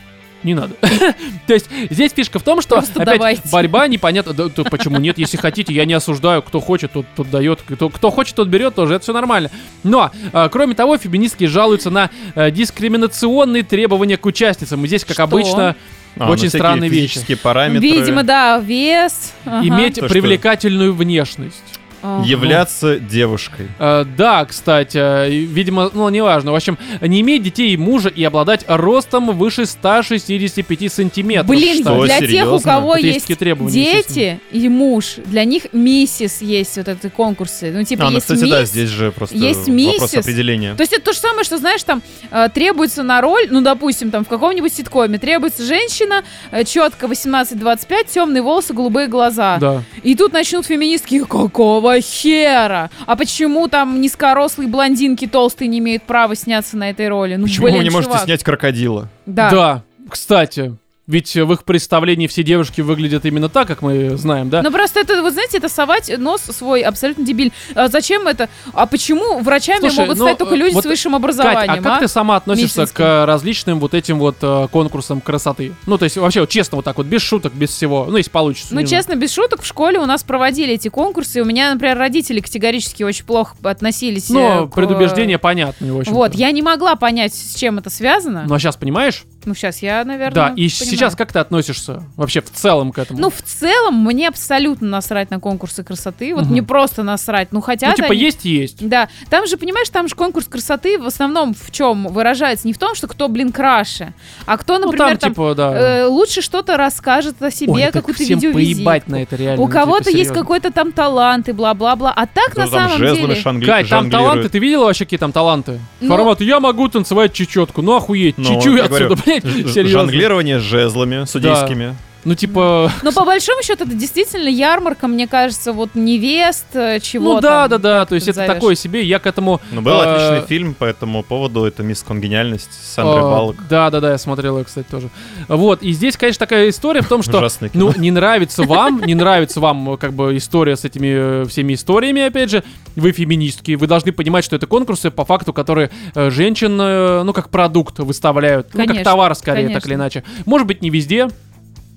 Не надо. То есть здесь фишка в том, что
Просто
опять
давайте.
борьба непонятно. Да, то почему нет? Если хотите, я не осуждаю. Кто хочет, тот, тот дает. Кто, кто хочет, тот берет, тоже это все нормально. Но, э, кроме того, феминистки жалуются на э, дискриминационные требования к участницам. И здесь, как
Что?
обычно,
А, ну,
Очень
всякие
странные вещи.
физические параметры.
Видимо, да, вес. ага.
иметь
То, что-
привлекательную внешность.
Ага.
Являться девушкой.
Э, да, кстати, э, и, видимо, ну, неважно. В общем, не иметь детей и мужа и обладать ростом выше 165 сантиметров.
Блин,
Что?
Что,
для тех, у
серьезно?
кого
Это есть
есть
такие требования,
дети и муж, для них миссис есть вот эти конкурсы. Ну, типа,
А, ну,
есть
кстати, да,
мисс.
здесь же просто
есть
вопрос
миссис.
определения.
То есть это то же самое, что, знаешь, там э, требуется на роль, ну, допустим, там в каком-нибудь ситкоме требуется женщина, э, четко 18-25, темные волосы, голубые глаза.
Да.
И тут начнут феминистки, какого хера? А почему там низкорослые блондинки толстые не имеют права сняться на этой роли? Ну,
Почему
блин,
вы не можете
чувак.
снять крокодила?
Да.
кстати. Ведь э, в их представлении все девушки выглядят именно так, как мы знаем, да?
Ну просто это, вот знаете, это совать нос свой абсолютно дебиль. А зачем это? А почему врачами
Слушай,
могут
ну,
стать только
э,
люди
вот,
с высшим
Кать,
образованием?
а как ты сама относишься к
Мишинским.
э, различным вот этим вот э, конкурсам красоты? Ну, то есть вообще вот честно вот так вот, без шуток, без всего. Ну, если получится.
Ну,
не знаю.
честно, без шуток, в школе у нас проводили эти конкурсы, и у меня, например, родители категорически очень плохо относились.
Ну,
э, к, э,
предубеждение понятное, в общем
Вот, я не могла понять, с чем это связано.
Ну, а сейчас понимаешь?
Ну, сейчас я, наверное,
да, и
понимаю.
сейчас как ты относишься вообще в целом к этому?
Ну, в целом, мне абсолютно насрать на конкурсы красоты. Вот
Мгм.
мне просто насрать. Ну, хотя...
Ну, типа есть и есть.
Да, там же, понимаешь, там же конкурс красоты в основном в чем выражается? Не в том, что кто, блин, краше, а кто,
Ну,
например,
там,
там,
типа, да.
э, лучше что-то расскажет о себе,
Ой, так
какую-то
всем
видеовизитку.
поебать на это реально.
У
ну, типа,
кого-то есть
серьезно.
какой-то там талант и бла-бла-бла. А так на
Кто-то там
самом
жезлами
деле...
шангли-
Кать, там
жонглирует.
таланты, ты видела вообще какие там таланты?
Ну-
Формат, я могу танцевать чечетку, ну охуеть,
Ну,
чечу я
я говорю,
отсюда, блядь,
Ж- ж-
серьезно.
Жонглирование с жезлами судейскими.
Ну типа,
Но по большому счету это действительно ярмарка, мне кажется, вот невест, э, чего
ну да,
там.
да, да, то есть
ты
это
назовешь?
такое себе, я к этому...
Ну, был
э,
отличный фильм по этому поводу. Это «Мисс Конгениальность» с Сандрой
э,
Баллок.
Да, да, да, я смотрел ее, кстати, тоже. Вот, и здесь, конечно, такая история в том, что...
Ужасное кино.
Ну, не нравится вам, не нравится вам, э, как бы, история с этими э, всеми историями, опять же, вы феминистки, вы должны понимать, что это конкурсы, по факту, которые э, женщин, э, ну, как продукт выставляют, ну, как
Конечно,
товар, скорее, так
конечно.
или иначе. Может быть, не везде,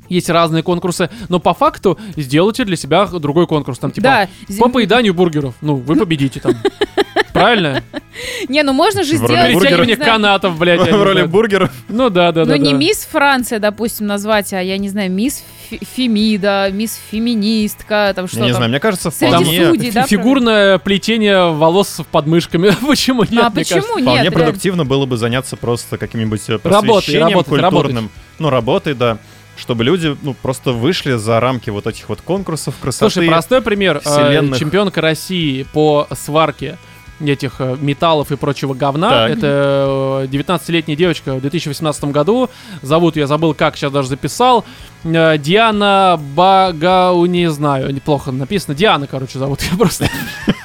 есть разные конкурсы, но по факту сделайте для себя другой конкурс, там, типа,
Да. Зи-
по поеданию бургеров, ну, вы победите там. Правильно?
Не, ну можно же
В роли
сделать...
бургера.
я не
Перетягивание
знаю,
канатов, блядь. я не
В роли
знаю.
бургеров.
Ну да, да, да.
Ну, не
да.
мисс Франция, допустим, назвать, а я не знаю, мисс Фе- Фемида, мисс Феминистка, там что
Я не
там.
знаю, мне кажется,
Среди
вполне...
судей, да,
Фи- Фигурное плетение волос под мышками. Почему нет?
а
мне
почему
кажется?
нет?
Вполне
реально?
продуктивно было бы заняться просто каким-нибудь э,
Работой,
просвещением
работой,
культурным. Ну, работой, да. Чтобы люди, ну, просто вышли за рамки вот этих вот конкурсов красоты.
Слушай, простой пример. Э,
вселенных.
Чемпионка России по сварке этих э, металлов и прочего говна.
Так.
Это э, 19-летняя девочка в 2018 году. Зовут, я забыл как, сейчас даже записал. Э, Диана Багау, не знаю, неплохо написано. Диана, короче, зовут. Я просто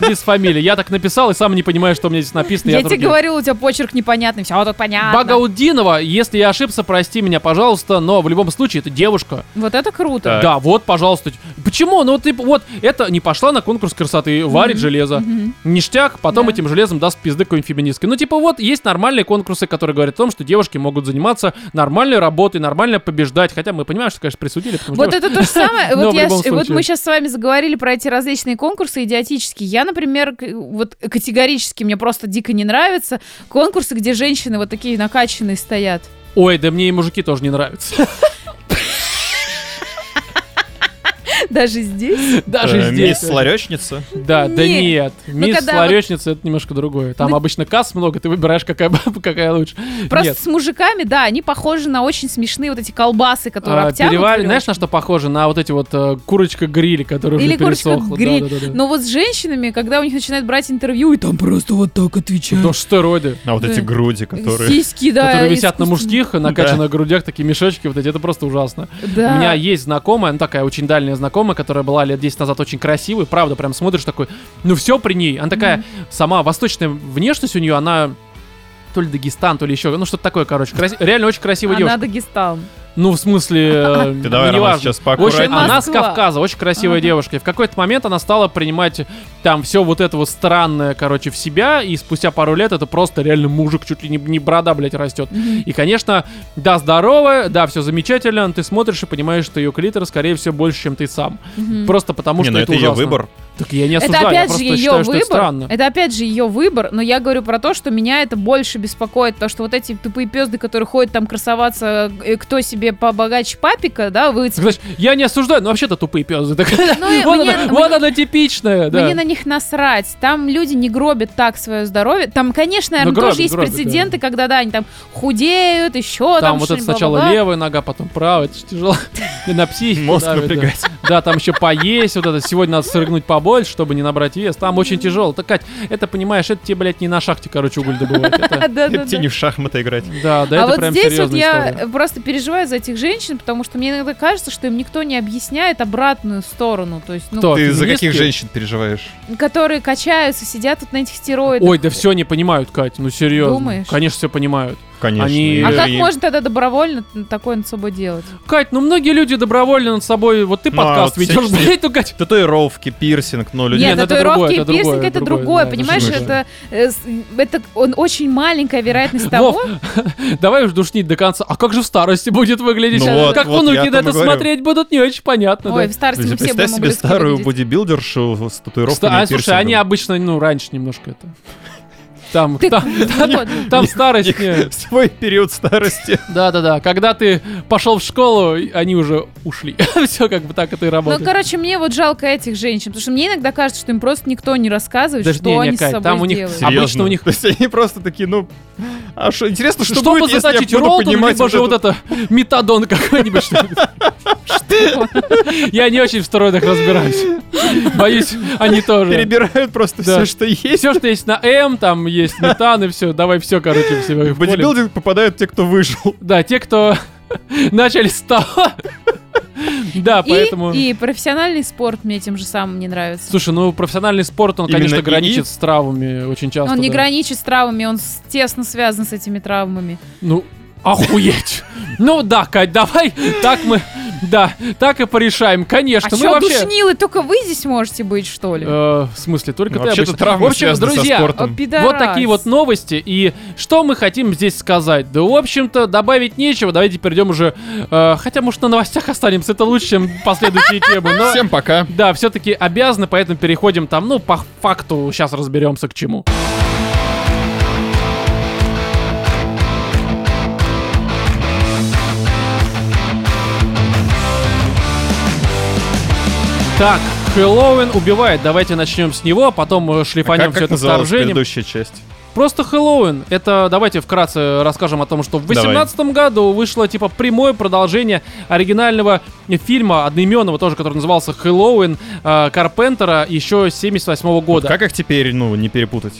без фамилии. Я так написал и сам не понимаю, что у меня здесь написано.
Я тебе
другим.
говорил, у тебя почерк непонятный, все, а тут понятно.
Багаудинова, если я ошибся, прости меня, пожалуйста, но в любом случае это девушка.
Вот это круто.
Так.
Да, вот, пожалуйста. Почему? Ну вот, ты, вот это не пошла на конкурс красоты, варит железо. Ништяк, потом потом
Да.
этим железом даст пизды какой-нибудь феминистке. Ну, типа, вот есть нормальные конкурсы, которые говорят о том, что девушки могут заниматься нормальной работой, нормально побеждать. Хотя мы понимаем, что, конечно, присудили, потому что
Вот это то же самое.
Но
Вот,
в
я,
любом
ж- вот
случае.
мы сейчас с вами заговорили про эти различные конкурсы идиотические. Я, например, к- вот категорически мне просто дико не нравятся конкурсы, где женщины вот такие накачанные стоят.
Ой, да мне и мужики тоже не нравятся.
Даже здесь.
Даже
Э,
здесь.
Мисс Ларечница.
Да, да
Нет. Ну,
нет. Мисс
когда вот-
ларечница это немножко другое. Там
Ну-
обычно касс много, ты выбираешь, какая баба, какая лучше.
Просто
Нет.
с мужиками, да, они похожи на очень смешные вот эти колбасы, которые
А,
обтянуты.
переварь- Знаешь, на что похоже? На вот эти вот э, курочка-гриль, которая
Или
уже
курочка
пересохла.
гриль.
Да-да-да.
Но вот с женщинами, когда у них начинают брать интервью, и там просто вот так отвечают.
Потому что стероиды,
А вот
Да.
эти груди, которые...
Сиськи, Ну, да.
которые висят на
искусственные.
мужских, э, накачанных грудях, такие мешочки, вот эти, это просто ужасно.
Да.
У меня есть знакомая, ну такая очень дальняя знакомая, которая была лет 10 назад очень красивой, правда, прям смотришь такой, ну все при ней. Она такая сама восточная внешность у нее, она то ли Дагестан, то ли еще, ну что-то такое, короче. Краси- Реально очень красивая
Она
девушка.
Дагестан.
Ну, в смысле, э,
Ты давай,
не
Роман,
важно.
сейчас
Очень,
поаккуратнее.
она с
Москва.
Кавказа, очень красивая
Ага.
девушка. И в какой-то момент она стала принимать там все вот это вот странное, короче, в себя. И спустя пару лет это просто реально мужик, чуть ли не, не борода, блядь, растет.
Мгм.
И, конечно, да, здорово, да, все замечательно, но ты смотришь и понимаешь, что ее клитор, скорее всего, больше, чем ты сам.
Мгм.
Просто потому,
Не,
что
ну это ее
ужасно.
выбор.
Так я не
Это
осуждаю, я
опять же
просто
ее
считаю, что
выбор.
это странно.
это опять же ее выбор, но я говорю про то, что меня это больше беспокоит, то что вот эти тупые пезды, которые ходят там красоваться, э, кто себе побогаче папика, да, вы.
Значит, я не осуждаю, но вообще-то тупые пёзы. Так,
Ну, и
вот
мне-
она,
мне-
вот она типичная, да.
Мне на них насрать. Там люди не гробят так свое здоровье. Там, конечно, наверное,
Ну, гробят,
тоже есть
гробят,
прецеденты, когда да, они там худеют, еще там.
Там вот это
что-нибудь,
сначала
бла-бла-бла.
левая нога, потом правая, это ж тяжело. И на психику
Мозг
давит, да.
напрягать.
Да, там еще поесть, вот это сегодня надо срыгнуть побольше, чтобы не набрать вес. Там очень тяжело. Так, Кать, это понимаешь, это тебе, блядь, не на шахте, короче, уголь добывать. Это-
Да, да,
Это тебе
да.
не в шахматы играть.
Да, да,
а
это
вот
прям
здесь вот
серьезная
я э,
история.
просто переживаю за этих женщин, потому что мне иногда кажется, что им никто не объясняет обратную сторону, то есть, ну,
Кто?
Ты за
феминистки?
каких женщин переживаешь?
которые качаются, сидят вот на этих стероидах.
Ой, да все не понимают, Кать, ну серьезно.
Думаешь?
Конечно, все понимают.
Конечно.
Они-
и-
а как
и-
можно тогда добровольно такое над собой делать?
Кать, ну многие люди добровольно над собой, вот ты
Ну, а
подкаст
вот
ведешь,
всякие-
блядь, ну, Кать,
Татуировки, пирсинг, но людей...
Нет,
Нет,
ну это
татуировки
другое,
и
это
пирсинг
другое,
это
другое,
другое,
да,
понимаешь,
конечно.
это, э, с- это он очень маленькая вероятность того,
ну давай уж душнить до конца. А как же в старости будет выглядеть?
Ну вот,
как
вот
внуки
я
на
о том
это
и говорю.
смотреть будут, не очень понятно.
ой,
да.
в старости мы все
Представь
будем
себе
ублюдски
старую
выглядеть.
бодибилдершу с
Ста-
татуировками
а,
и
слушай, они
пирсингом.
обычно, ну, раньше немножко это. Там,
Ты-
там,
Вот.
там старость. не-
Их- Свой период старости.
Да-да-да, когда ты пошел в школу, и они уже ушли. Все как бы так это и
Ну,
работает.
короче, мне вот жалко этих женщин, потому что мне иногда кажется, что им просто никто не рассказывает,
Даже
что
не, не,
они
Кать,
с собой
там у них
делают.
Обычно у них-
То есть они просто такие, ну... А что, интересно, что,
Чтобы
будет, если я
заточить
буду
ролтон,
понимать
либо же вот это метадон какой-нибудь. что ли. Я не очень в стероидах разбираюсь. Боюсь, они тоже.
Перебирают просто
Да.
все, что есть.
Все, что есть на М, там есть метан и все. Давай все, короче, в себя
В бодибилдинг попадают те, кто выжил.
Да, те, кто начали с того. Да,
И-
А поэтому...
и, профессиональный спорт мне тем же самым не нравится.
Слушай, ну профессиональный спорт, он,
Именно
конечно,
и-
граничит с травмами очень часто.
он не
да.
граничит с травмами, он с- тесно связан с этими травмами.
Ну, охуеть! Ну да, Кать, давай так мы... Да, так и порешаем, конечно.
а
мы
что,
вообще...
душнилы, только вы здесь можете быть, что ли?
Э, в смысле, только ты
Ну, Вообще-то
обычно-
травмы
В общем,
связаны со
друзья,
спортом.
О,
вот
А, пидорас.
Вот такие вот ну, новости. И что мы хотим здесь сказать? Да, в общем-то, добавить нечего. Давайте перейдем уже. э, хотя, может, на новостях останемся. Это лучше, чем последующие темы. Но,
Всем пока.
да, все-таки обязаны, поэтому переходим там. Ну, по факту сейчас разберемся к чему. Так, Хэллоуин убивает. Давайте начнем с него, потом э, шлифанем
А Как,
все
как
это
называлась
вторжением.
предыдущая часть?
Просто Хэллоуин. Это давайте вкратце расскажем о том, что в
Давай.
2018 году вышло типа прямое продолжение оригинального фильма одноименного тоже, который назывался Хэллоуин э, Карпентера еще 78
Вот
года.
как их теперь, ну, не перепутать?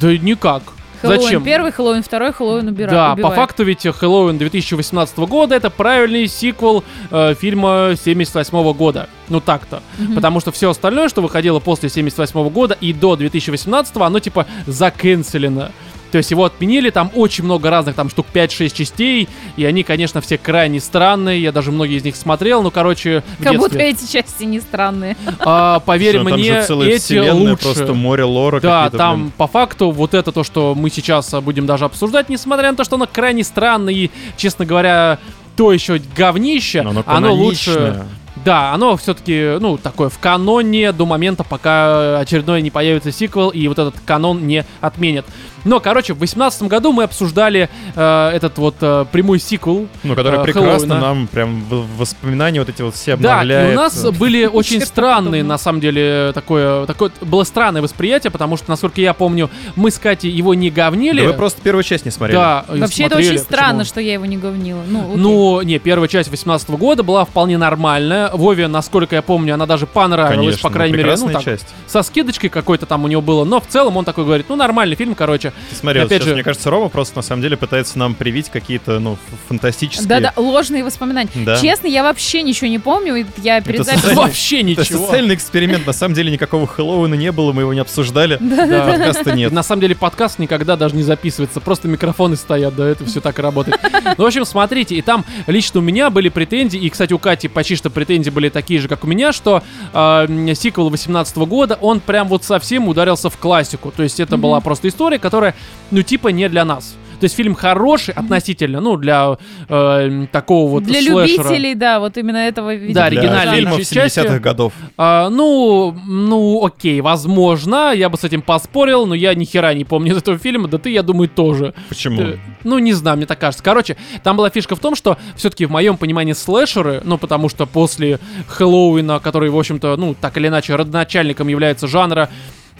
Да никак.
Хэллоуин
Зачем?
первый, Хэллоуин второй, Хэллоуин убира-
Да,
убивает.
по факту ведь Хэллоуин 2018 года это правильный сиквел э, фильма 78 года. Ну так-то.
Мгм.
Потому что все остальное, что выходило после 78 года и до 2018, оно типа закенселено. То есть его отменили, там очень много разных, там штук 5-6 частей, и они, конечно, все крайне странные, я даже многие из них смотрел, ну, короче, в
Как будто
детстве.
эти части не странные.
А, Поверь
Всё, там
мне,
же целая
эти
вселенная,
лучше.
просто море лора
Да,
какие-то,
там
блин.
по факту вот это то, что мы сейчас а, будем даже обсуждать, несмотря на то, что оно крайне странное и, честно говоря, то еще говнище,
Но оно
Э, оно лучше...
каноничное.
Да, оно все-таки, ну, такое в каноне до момента, пока очередной не появится сиквел и вот этот канон не отменят. Но, короче, в 2018 году мы обсуждали э, этот вот э, прямой сиквел.
Ну, который
э,
прекрасно
Хэллоуина.
нам прям в- воспоминания вот эти вот все
Да, и у
обновляет.
нас были очень
Честно
странные,
подумала.
на самом деле, такое, такое было странное восприятие, потому что, насколько я помню, мы с Катей его не
Да
говнили.
вы просто первую часть не смотрели.
Да, и
Вообще, это
смотрели,
очень странно,
почему.
что я его не говнила. Ну, окей.
Ну, не, первая часть 18 года была вполне нормальная. Вове, насколько я помню, она даже понравилась,
Конечно,
по крайней мере, ну
прекрасная
так,
часть.
со скидочкой какой-то там у него было, но в целом он такой говорит, ну нормальный фильм, короче.
Ты смотри, вот
Опять
сейчас,
же-
мне кажется, Рома просто на самом деле пытается нам привить какие-то, ну, ф- фантастические...
Да-да, ложные воспоминания.
Да.
Честно, я вообще ничего не помню. и Я перед
Это
записью...
социально-
Вообще
Это
ничего.
социальный эксперимент. На самом деле никакого Хэллоуина не было, мы его не обсуждали. А
Да.
Подкаста нет.
На самом деле подкаст никогда даже не записывается, просто микрофоны стоят, да, это все так и работает. Ну, в общем, смотрите, и там лично у меня были претензии, и, кстати, у Кати почти что претензии были такие же, как у меня, что э, сиквел 18 года, он прям вот совсем ударился в классику. То есть это была просто история, которая, ну, типа не для нас. То есть фильм хороший относительно, ну, для э, такого вот
Для
слэшера.
любителей, да, вот именно этого видимо,
Да,
Для
оригинальные
фильмов
части.
70-х годов.
А, ну, ну, окей, возможно, я бы с этим поспорил, но я ни хера не помню из этого фильма, да ты, я думаю, тоже.
Почему?
Э, Ну, не знаю, мне так кажется. Короче, там была фишка в том, что все-таки в моем понимании слэшеры, ну, потому что после Хэллоуина, который, в общем-то, ну, так или иначе, родоначальником является жанра,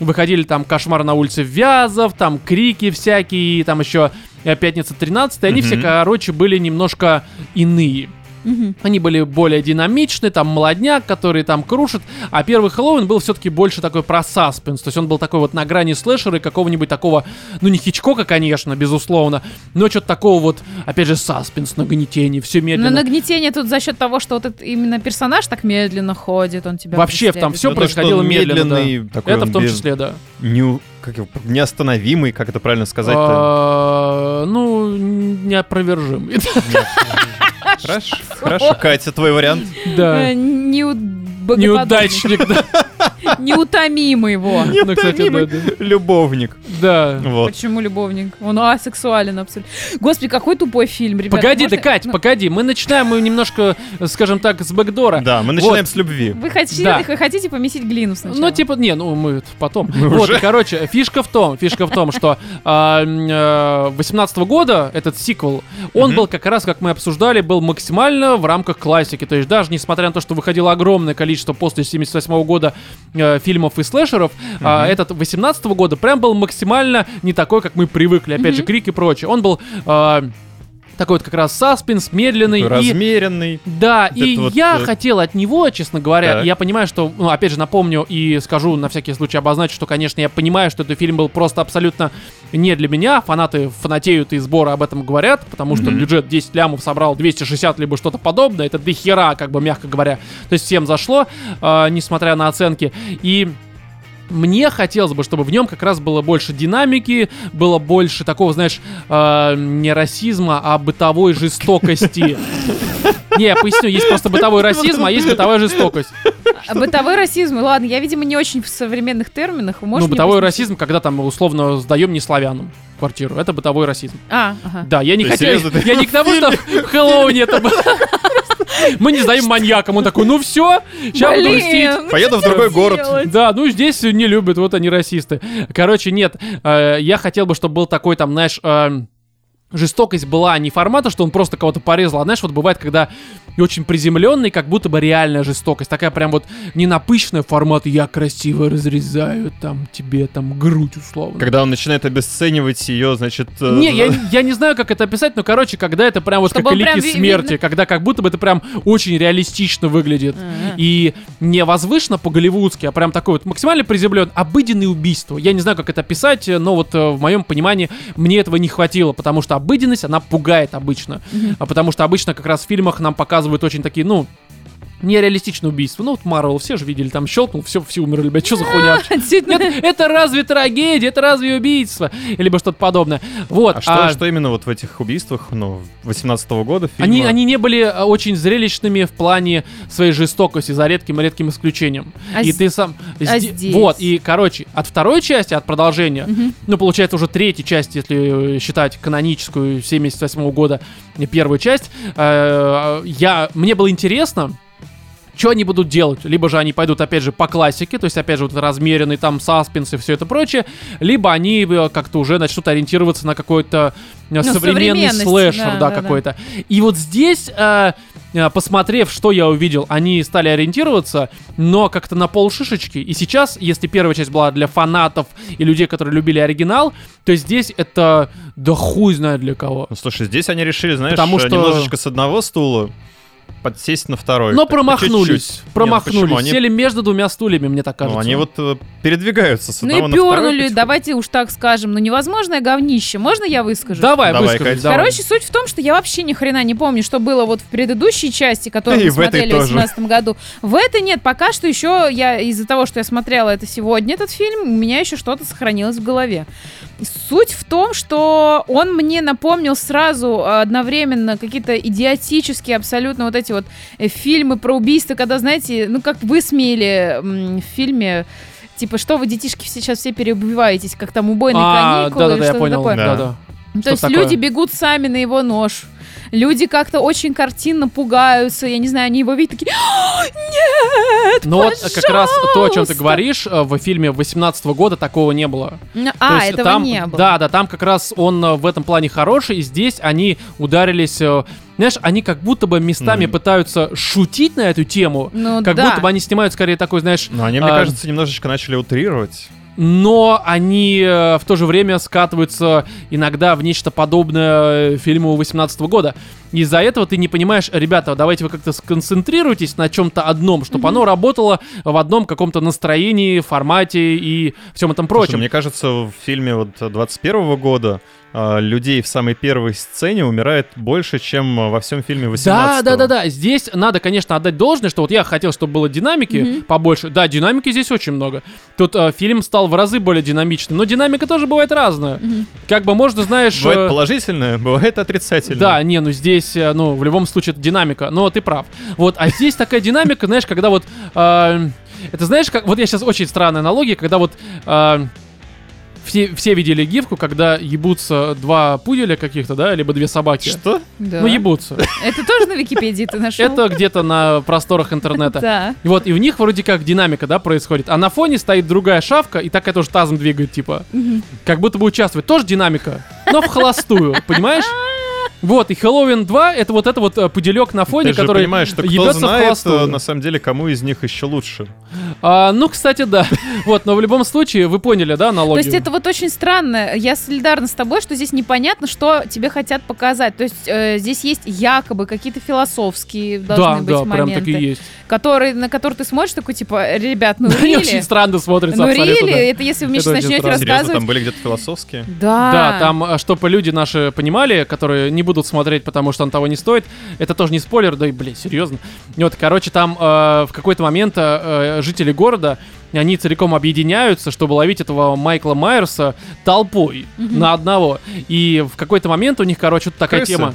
выходили там «Кошмар на улице Вязов», там «Крики» всякие, там еще э, «Пятница 13 они
Мгм.
все, короче, были немножко иные.
Мгм.
Они были более динамичны, там молодняк, который там крушит. А первый Хэллоуин был все-таки больше такой про саспенс. То есть он был такой вот на грани слэшера и какого-нибудь такого, ну не Хичкока, конечно, безусловно, но что-то такого вот, опять же, саспенс, нагнетение, все
Но
медленно.
нагнетение тут за счет того, что вот этот именно персонаж так медленно ходит, он тебя
Вообще,
преследует.
там все
Ну, то, что
происходило
он
медленно. да.
медленный, такой
Это
он
в том
без-
числе, да.
Ню- как его, неостановимый, как это правильно сказать-то?
А, Ну,
Э,
неопровержимый.
Хорошо, хорошо. Катя, твой вариант.
Да.
Э, неуд- богоподобный.
Неудачник, да.
Неутомимый его.
Ну, кстати, да, да.
Любовник.
Да.
Вот.
Почему любовник? Он асексуален абсолютно. Господи, какой тупой фильм, ребята.
Погоди,
можно-
да, Кать,
Ну,
погоди. Мы начинаем мы немножко, скажем так, с бэкдора.
Да, мы начинаем с любви.
Вы хотите,
Да.
вы хотите поместить глину сначала?
Ну, типа, не, ну мы это потом. вот, и, короче, фишка в том, фишка в том, что а, 18 года этот сиквел, он
Мгм.
был как раз, как мы обсуждали, был максимально в рамках классики. То есть даже несмотря на то, что выходило огромное количество после 78 года э, фильмов и слэшеров, а, этот 18 года прям был максимально не такой, как мы привыкли. Опять же,
Мгм.
крик и прочее. Он был... э, такой вот как раз саспенс, медленный Ну, и
Размеренный.
да,
Вот
и
это вот,
я
э,
хотел от него, честно говоря,
Так.
я понимаю, что, ну, опять же, напомню и скажу на всякий случай обозначу, что, конечно, я понимаю, что этот фильм был просто абсолютно не для меня, фанаты фанатеют и сбора об этом говорят, потому что
Мгм.
бюджет 10 лямов собрал 260, либо что-то подобное, это дохера, как бы, мягко говоря, то есть всем зашло, э, несмотря на оценки, и... Мне хотелось бы, чтобы в нем как раз было больше динамики, было больше такого, знаешь, э, не расизма, а бытовой жестокости. Не, я поясню, есть просто бытовой расизм, а есть бытовая жестокость. Ну,
А Бытовой расизм. Ладно, я, видимо, не очень в современных терминах.
Ну,
Вы можете мне
бытовой
пояснить?
расизм, когда там условно сдаем не славянам квартиру. Это бытовой расизм.
А, ага.
Да, я не
Ты
хотел...
серьезно?
Я не к тому, что в Хэллоуине это было. Мы не сдаем маньякам. Он такой, ну все, сейчас буду мстить.
Блин, ну
Поеду в
что
другой город.
делать?
Да, ну здесь не любят, вот они расисты. Короче, нет, э, я хотел бы, чтобы был такой там, знаешь, э, жестокость была не формата, что он просто кого-то порезал, а знаешь, вот бывает, когда и очень приземленный, как будто бы реальная жестокость, такая прям вот не напыщенная формат «я красиво разрезаю там тебе там грудь условно».
Когда он начинает обесценивать ее, значит... э,
Не, я, я не знаю, как это описать, но, короче, когда это прям вот
Чтобы
как
он прям
лики
ви-
смерти,
видно.
когда как будто бы это прям очень реалистично выглядит.
Ага.
И не возвышенно по-голливудски, а прям такой вот максимально приземлен, обыденные убийства. Я не знаю, как это писать, э, но вот э, в моем понимании мне этого не хватило, потому что обыденность, она пугает обычно.
Мгм.
А Потому что обычно как раз в фильмах нам показывают очень такие, ну, нереалистичное убийство. Ну вот Марвел, все же видели, там щелкнул, все, все умерли, ребят, что за хуйня? вообще?
А, Действительно.
Нет, это разве трагедия, это разве убийство? Либо что-то подобное. Вот.
А что, что именно вот в этих убийствах, ну, 18 года фильма?
Они, они не были э, очень зрелищными в плане своей жестокости, за редким-редким исключением.
А
и
с-
ты сам...
а
Сде-
здесь?
Вот, и, короче, от второй части, от продолжения,
Мгм.
ну, получается, уже третья часть, если э, считать каноническую 78 года, э, первую часть, э, я, мне было интересно, что они будут делать. Либо же они пойдут, опять же, по классике, то есть, опять же, вот размеренный там саспенс и все это прочее, либо они э, как-то уже начнут ориентироваться на какой-то э, современный
современность,
слэшер,
Ну, да,
да,
да, да.
какой-то. И вот здесь... э, э, Посмотрев, что я увидел, они стали ориентироваться, но как-то на полшишечки. И сейчас, если первая часть была для фанатов и людей, которые любили оригинал, то здесь это да хуй знает для кого.
Ну, слушай, здесь они решили, знаешь,
Потому что-
немножечко с одного стула подсесть на второй.
Но
Так, по
промахнулись.
чуть-чуть. Не, ну
Промахнулись.
почему? Они-
Сели между двумя стульями, мне так
ну,
кажется.
они вот э, передвигаются с одного
Ну и
на второй
пернули,
потихоньку.
давайте уж так скажем. Ну невозможное говнище. Можно я выскажу?
Давай,
Давай,
выскажись,
Кать.
давай.
Короче, суть в том, что я вообще ни хрена не помню, что было вот в предыдущей части, которую
Да и
мы
в этой
смотрели в
тоже.
2018 году. В этой нет, пока что еще я из-за того, что я смотрела это сегодня, этот фильм, у меня еще что-то сохранилось в голове. Суть в том, что он мне напомнил сразу э, одновременно какие-то идиотические абсолютно вот эти вот э, фильмы про убийство, когда, знаете, ну как высмеяли м, в фильме Типа, что вы, детишки, сейчас все переубиваетесь, как там убойные
а,
каникулы или
да-да-да, я
что-то
понял.
такое.
Да.
Да.
Да.
Ну,
Что
То есть
такое?
люди бегут сами на его нож. Люди как-то очень картинно пугаются. Я не знаю, они его видят такие... «А, Нет!
Но Ну вот как раз то, о чем ты
пожалуйста!»
говоришь, э, в фильме 18 года такого не было.
Ну,
То
А,
есть
этого
там,
не было.
Да, да, там как раз он э, в этом плане хороший, и здесь они ударились, э, знаешь, они как будто бы местами
Ну,
пытаются шутить на эту тему,
Ну,
как
да.
будто бы они снимают скорее такой, знаешь,
Ну, они, мне
А,
кажется, немножечко начали утрировать.
но они э, в то же время скатываются иногда в нечто подобное э, фильму 18 года. Из-за этого ты не понимаешь, ребята, давайте вы как-то сконцентрируйтесь на чем-то одном, чтобы оно работало в одном каком-то настроении, формате и всем этом
Слушай,
прочем.
мне кажется, в фильме вот 21 года а, людей в самой первой сцене умирает больше, чем а, во всем фильме 18
Да, да, да, да. Здесь надо, конечно, отдать должное, что вот я хотел, чтобы было динамики
Мгм.
побольше. Да, динамики здесь очень много. Тут э, фильм стал в разы более динамичным, но динамика тоже бывает разная.
Мгм.
Как бы можно, знаешь.
Бывает
э,
положительное, бывает отрицательное.
да, не, ну здесь, э, ну, в любом случае, это динамика, но ты прав. Вот, а здесь такая динамика, знаешь, когда вот. э, это знаешь, как. Вот я сейчас очень странная аналогия, когда вот. э, все, все видели гифку, когда ебутся два пуделя каких-то, да, либо две собаки.
Что?
Да.
Ну, ебутся.
Это тоже на Википедии ты нашел?
Это где-то на просторах интернета.
Да.
И Вот, и у них вроде как динамика, да, происходит. А на фоне стоит другая шавка, и такая тоже тазом двигает, типа. Как будто бы участвует. Тоже динамика, но в холостую, понимаешь? Вот, и Хэллоуин 2 это вот это вот э, пуделек на фоне,
Ты же
который
понимаешь, что кто
ебется в
знает, э,
холостую.
на самом деле, кому из них еще лучше.
А, ну, кстати, да. Вот, но в любом случае, вы поняли, да,
То
аналогию?
есть это вот очень странно. Я солидарна с тобой, что здесь непонятно, что тебе хотят показать. То есть э, здесь есть якобы какие-то философские
да,
должны быть
да, прям
моменты,
такие есть.
которые, на которые ты смотришь такой, типа, ребят, ну
Они
really?
очень странно смотрятся
Ну,
абсолютно.
really?
да.
Это если вы мне
Это
сейчас
очень
начнете
странно.
Серьезно,
рассказывать.
там были где-то философские?
Да.
Да, там, а, чтобы люди наши понимали, которые не будут смотреть, потому что он того не стоит, это тоже не спойлер, да и, блин, серьезно. И Вот, короче, там э, в какой-то момент э, э, жители города, они целиком объединяются, чтобы ловить этого Майкла Майерса толпой на одного. И в какой-то момент у них, короче, вот такая
Крысы.
тема.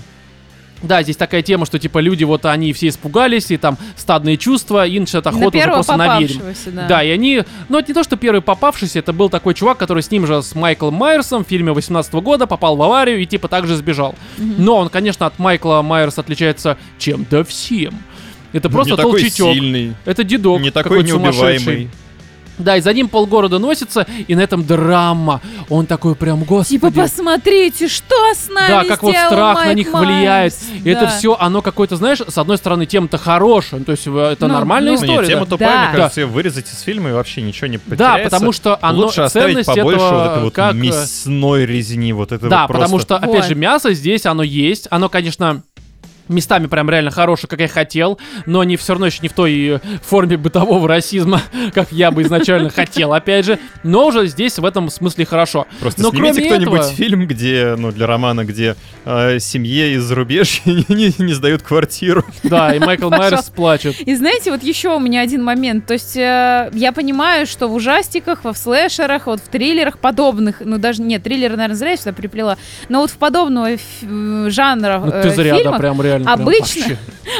Да, здесь такая тема, что типа люди, вот они все испугались, и там стадные чувства, и начинают
На
охоту уже
первого
просто на ведьм.
попавшегося,
Да. и они... Ну, это не то, что первый попавшийся, это был такой чувак, который с ним же, с Майклом Майерсом в фильме 18 года попал в аварию и типа также сбежал. Но он, конечно, от Майкла Майерса отличается чем-то всем. Это просто
не такой
толчитёк.
сильный,
Это дедок.
не такой
какой-то сумасшедший.
неубиваемый.
Да, и за ним полгорода носится, и на этом драма. Он такой прям, господи.
Типа, посмотрите, что с нами
Да, как вот
сделал
страх на
Майк
них
Майерс.
влияет. И это
Да.
все, оно какое-то, знаешь, с одной стороны, тема-то хорошая, ну, то есть э, это
Ну,
нормальная
ну.
Ну,
история.
нет, тема
да.
тупая,
Да.
мне кажется, ее вырезать из фильма и вообще ничего не
Да,
потеряется.
потому что оно
Лучше оставить
ценность
побольше
этого
вот этой вот
как э,
мясной резни, вот это
Да,
вот просто.
потому что, опять
Вот.
же, мясо здесь, оно есть. Оно, конечно, местами прям реально хороший, как я хотел, но они все равно еще не в той э, форме бытового расизма, как я бы изначально хотел, опять же. Но уже здесь в этом смысле хорошо.
Просто
Но
снимите
кроме
кто-нибудь
этого-
фильм, где, ну, для романа, где э, семье из зарубежья не, не сдают квартиру.
Да, и Майкл Майерс плачет.
И знаете, вот еще у меня один момент. То есть э, я понимаю, что в ужастиках, во слэшерах, вот в триллерах подобных, ну даже нет, триллеры, наверное, зря я сюда приплела, но вот в подобного ф- м, жанра
Ну,
э,
ты зря, да,
фильмах
прям реально. прям
обычно
вообще.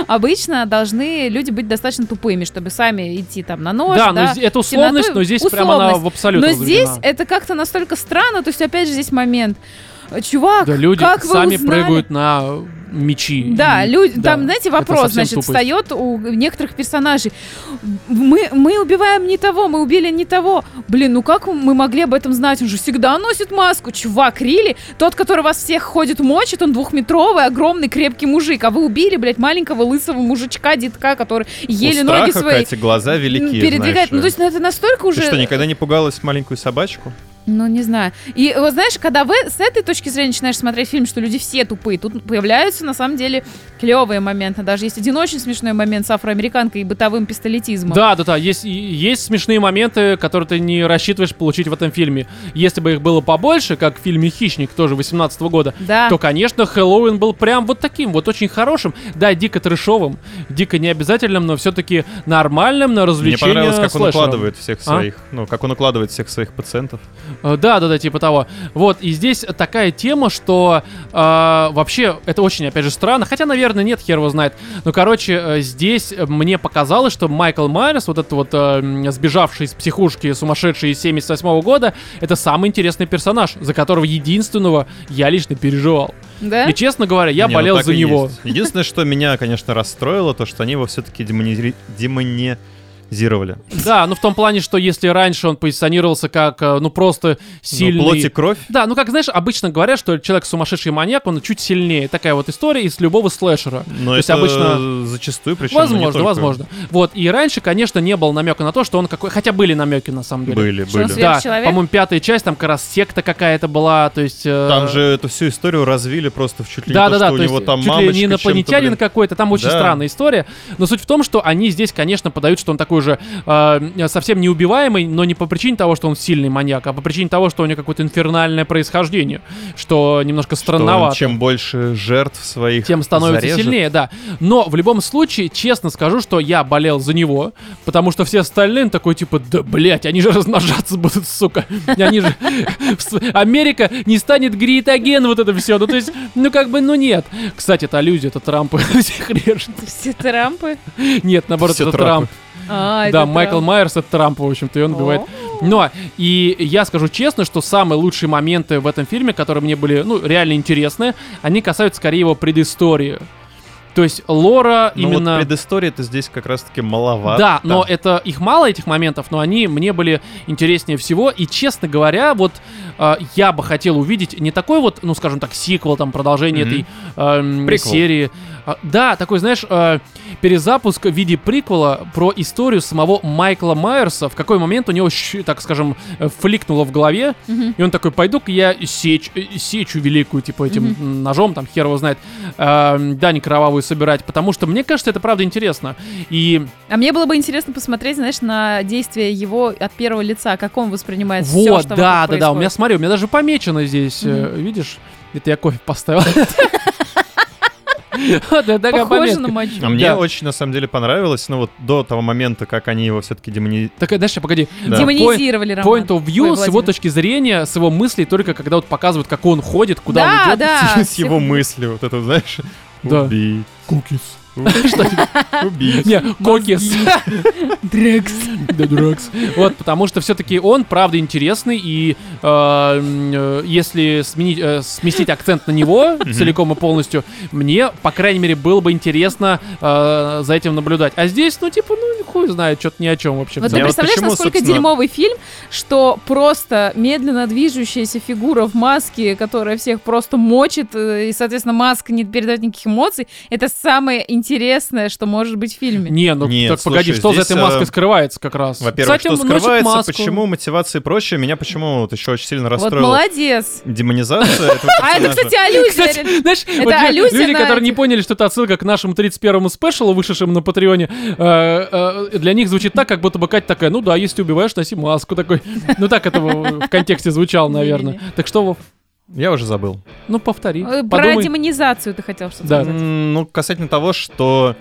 обычно должны люди быть достаточно тупыми, чтобы сами идти там на нож.
Да, ну,
Да,
но з- это условность,
темноту,
но здесь прям она
условность.
в абсолютно
Но здесь
возведена.
это как-то настолько странно, то есть опять же здесь момент. Э, Чувак,
Да, люди
как вы
сами
узнали?
прыгают на мечи.
Да,
И-
люди,
да,
там, знаете,
это
вопрос,
совсем
значит,
тупость.
встает у некоторых персонажей. Мы, мы убиваем не того, мы убили не того. Блин, ну как мы могли об этом знать? Он же всегда носит маску. Чувак, Рили, тот, который вас всех ходит мочит, он двухметровый, огромный, крепкий мужик. А вы убили, блядь, маленького лысого мужичка, детка, который еле
У
ноги
страха,
свои
Катя, глаза
м,
велики,
передвигает.
знаешь
Ну,
ли.
то есть, ну, это настолько уже...
Ты что, никогда не пугалась маленькую собачку?
Ну, не знаю. И вот знаешь, когда вы с этой точки зрения начинаешь смотреть фильм, что люди все тупые, тут появляются на самом деле клевые моменты. Даже есть один очень смешной момент с афроамериканкой и бытовым пистолетизмом.
Да, да, да, есть, и- есть смешные моменты, которые ты не рассчитываешь получить в этом фильме. Если бы их было побольше, как в фильме «Хищник» тоже 18 года,
Да.
то, конечно, Хэллоуин был прям вот таким, вот очень хорошим. Да, дико трешовым, дико необязательным, но все-таки нормальным на
Мне
развлечение
понравилось, как он
слэшером. А?
укладывает всех своих, ну, как он укладывает всех своих пациентов.
Э, Да, да, да, типа того. Вот, и здесь такая тема, что э, вообще это очень, опять же, странно. Хотя, наверное, нет, хер его знает. Но, короче, э, здесь э, мне показалось, что Майкл Майерс, вот этот вот э, м, сбежавший из психушки сумасшедший из 78 года, это самый интересный персонаж, за которого единственного я лично переживал.
Да?
И, честно говоря, я
Не, ну,
болел
так
за
и
него.
есть. Единственное, что меня, конечно, расстроило, то, что они его все-таки демонизировали.
Да, ну в том плане, что если раньше он позиционировался как, э, ну просто сильный...
Ну, плоть и кровь.
Да, ну как знаешь, обычно говорят, что человек сумасшедший маньяк, он чуть сильнее. Такая вот история из любого слэшера.
Но
То есть
это
обычно-
зачастую причем. ну, не
возможно,
только-
возможно. Вот, и раньше, конечно, не было намека на то, что он какой... Хотя были намеки, на самом деле.
Были,
Что он
были.
свет-
Да,
Сверхчеловек?
по-моему, пятая часть, там как раз секта какая-то была, то есть... э,
Там же эту всю историю развили просто в чуть ли не
Да,
то,
да, да,
что у него там
чуть ли
мамочка
не
чем-то,
инопланетянин
блин.
какой-то, там очень
Да.
странная история. Но суть в том, что они здесь, конечно, подают, что он такой же э, совсем неубиваемый, но не по причине того, что он сильный маньяк, а по причине того, что у него какое-то инфернальное происхождение, что немножко
Что он
странновато.
чем больше жертв своих
тем становится
зарежет.
сильнее, да. Но в любом случае, честно скажу, что я болел за него, потому что все остальные ну, такой типа, да блять, они же размножаться будут, сука. Они же... с- Америка не станет гриетоген, вот это все. Ну, то есть, ну, как бы, ну, нет. Кстати, это люди, это Трамп всех режет.
Все трампы. А,
Нет, наоборот,
Все
это
Трампы.
Трамп. Да, Майкл Майерс А, это Трамп, в общем-то, и он убивает но, и я скажу честно, что самые лучшие моменты в этом фильме, которые мне были, ну, реально интересны, они касаются скорее его предыстории. То есть лора
Ну,
именно...
вот предыстория-то здесь как раз-таки маловато.
Да, но это их мало этих моментов, но они мне были интереснее всего. И честно говоря, вот э, я бы хотел увидеть не такой вот, ну скажем так, сиквел, там продолжение
Мгм.
этой эм,
Приквел.
серии. А, да, такой, знаешь, э, перезапуск в виде приквела про историю самого Майкла Майерса. В какой момент у него, щ- так скажем, э, фликнуло в голове,
Мгм.
и он такой, пойду-ка я сечь, э, сечу великую, типа, этим м, ножом, там, хер его знает, э, дань кровавую собирать, потому что, мне кажется, это правда интересно. И
А мне было бы интересно посмотреть, знаешь, на действие его от первого лица, как он воспринимает все,
Вот,
что
да, да,
вокруг
да. У меня,
происходит.
смотри, у меня даже помечено здесь, э, видишь? Это я кофе поставил. Вот, это такая
Похоже на
пометка.
мочу.
А мне
Да.
очень, на самом деле, понравилось, ну вот до того момента, как они его все-таки демони...
Так, дальше, погоди.
Да.
Демонизировали Роман.
Point of
Ой,
view с его
Владимир.
точки зрения, с его мыслей, только когда вот показывают, как он ходит, куда он
Да,
идет.
да.
с его мысли, вот это, знаешь,
Да.
убить,
Кукис.
убить.
Не, кокис.
Дрекс.
Да, Дракс. Вот, потому что все-таки он, правда, интересный, и э, м, э, если сменить, э, сместить акцент на него целиком и полностью, мне, по крайней мере, было бы интересно э, за этим наблюдать. А здесь, ну, типа, ну, хуй знает, что-то ни о чем вообще. в
Вот ты
целом.
Я вот
представляешь,
почему,
насколько
собственно-
дерьмовый фильм, что просто медленно движущаяся фигура в маске, которая всех просто мочит, э, и, соответственно, маска не передает никаких эмоций, это самое интересное, что может быть в фильме.
Не, ну
Нет,
так погоди,
слушай,
что за
здесь,
этой маской
э,
скрывается как раз?
Во-первых,
Кстати,
что
он носит
скрывается,
маску.
почему мотивация и прочее, меня почему вот еще очень сильно
Вот
расстроило.
молодец.
Демонизация этого
А
персонажа.
это, кстати, аллюзия.
Кстати, знаешь,
Это
вот лю-
аллюзия
люди,
на
которые не
этих-
поняли, что это отсылка к нашему 31-му спешалу, вышедшему на Патреоне, э, э, для них звучит так, как будто бы Катя такая, ну да, если ты убиваешь, носи маску такой. Ну так это в в контексте звучало, наверное. Так что, Вов,
Я уже забыл.
ну повтори,
Э, Про
подумай.
демонизацию ты хотел что-то
Да.
сказать.
М, Ну, касательно того, что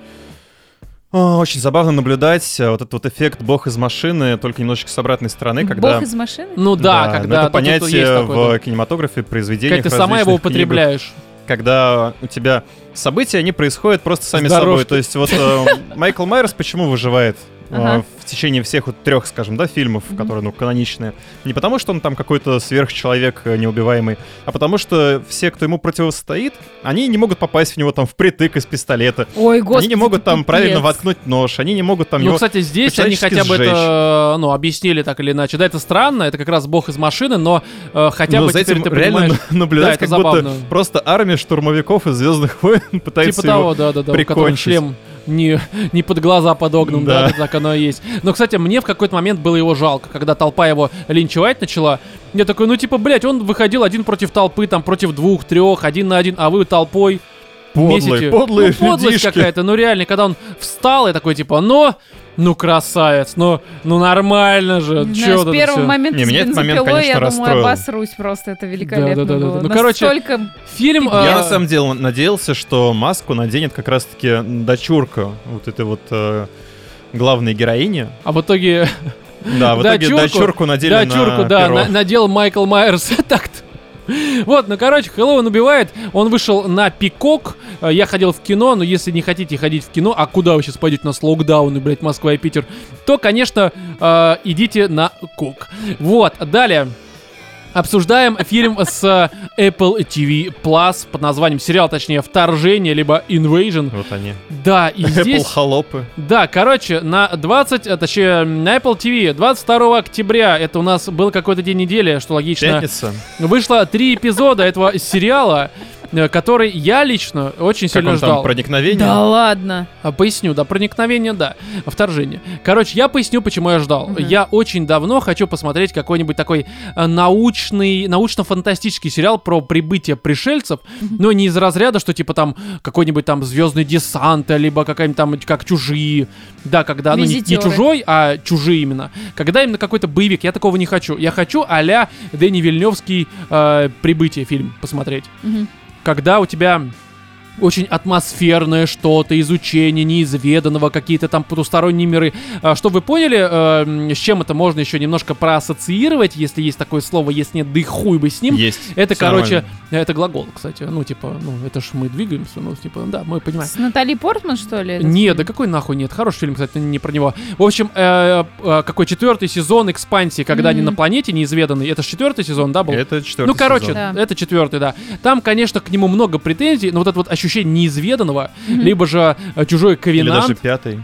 а, очень забавно наблюдать а, вот этот вот эффект бог из машины, только немножечко с обратной стороны, Ну когда...
Бог из машины?
Ну да,
ну,
когда
это
тут- тут есть
понятие
такое, да.
в кинематографе, произведениях,
Кать, ты сама
различных
его
книгах,
употребляешь.
когда у тебя события, они происходят просто сами
С дорожки.
собой. То есть вот э, Майкл Майерс почему выживает э,
Ага.
в течение всех вот трех, скажем, да, фильмов,
Мгм.
которые, ну, каноничные. Не потому, что он там какой-то сверхчеловек э, неубиваемый, а потому что все, кто ему противостоит, они не могут попасть в него там впритык из пистолета.
Ой, господи.
они не могут там
пипец.
правильно воткнуть нож, они не могут там
Ну,
его...
кстати, здесь они
по-человечески
хотя бы
сжечь.
это, ну, объяснили так или иначе. Да, это странно, это как раз бог из машины, но э, хотя
Но
бы
за
теперь
этим
ты
реально
понимаешь...
на- наблюдать,
это
как будто
забавно.
просто армия штурмовиков из Звездных войн пытается
Типа того, да, да, да, у которого
прикончить.
шлем не, не под глаза подогнан, да.
Да.
да, так оно и есть. Но, кстати, мне в какой-то момент было его жалко, когда толпа его линчевать начала. Я такой, ну, типа, блядь, он выходил один против толпы, там, против двух, трех, один на один, а вы толпой
его
месите.
подлые, подлые
ну, подлость
людишки.
какая-то, ну, реально, когда он встал, я такой, типа, ну, ну, красавец, ну, ну, нормально же,
Не знаю,
чё
с
вот это
первого
всё?»
момента
Не,
с
меня этот момент,
бензопилой, я
конечно,
думаю,
расстроил.
обосрусь просто. Это великолепно
да, да,
было.
да. Ну, короче,
Настолько
Фильм...
Я
э,
на самом деле надеялся, что маску наденет как раз-таки дочурка вот этой вот э, главной героини.
А в итоге
Да, в итоге
Дочурку.
дочурку надели
Да,
на
чурку, да,
перо.
на- надел Майкл Майерс. а Так-то. Вот, ну, короче, Хэллоуин убивает. Он вышел на Пикок. Э, Я ходил в кино, но если не хотите ходить в кино, а куда вы сейчас пойдете? У нас локдауны, блядь, Москва и Питер. То, конечно, э, идите на Кок. Вот, далее. Обсуждаем фильм с э, Apple TV Plus под названием сериал, точнее, «Вторжение» либо «Invasion».
Вот они.
Да, и
Apple
здесь...
холопы.
Да, короче, на 20, а, точнее, на Apple TV 22 октября, это у нас был какой-то день недели, что логично,
Пятница.
вышло три эпизода этого сериала, э, который я лично очень
Как
сильно
он там,
ждал.
проникновение?
Да ладно.
А, Поясню, да, проникновение, да, вторжение. Короче, я поясню, почему я ждал.
Мгм.
Я очень давно хочу посмотреть какой-нибудь такой э, научный, научно-фантастический сериал про прибытие пришельцев, но не из разряда, что типа там какой-нибудь там звездный десант, либо какая-нибудь там как чужие, да, когда, ну, не- не,
Визитеры.
чужой, а чужие именно. Когда именно какой-то боевик, я такого не хочу. Я хочу а-ля Дэнни Вильневский э, «Прибытие» фильм посмотреть
Мгм.
когда у тебя очень атмосферное что-то, изучение неизведанного, какие-то там потусторонние миры. а, Что вы поняли, э, с чем это можно еще немножко проассоциировать, если есть такое слово, если нет, да и хуй бы с ним.
Есть.
Это,
Всё
короче,
нормально.
это глагол, кстати. Ну, типа, ну, это ж мы двигаемся, ну, типа, да, мы понимаем.
С Натали Портман, что ли? этот
Не,
фильм?
да какой нахуй нет. Хороший фильм, кстати, не про него. В общем, э, э, какой четвертый сезон экспансии, когда они
Мгм.
на планете неизведанный. Это ж четвертый сезон, да, был?
Это четвертый
Ну, короче,
сезон.
сезон. Да.
это четвертый, да. Там, конечно, к нему много претензий, но вот это вот ощущение неизведанного,
Мгм.
либо же э, чужой
Или
ковенант,
даже пятый.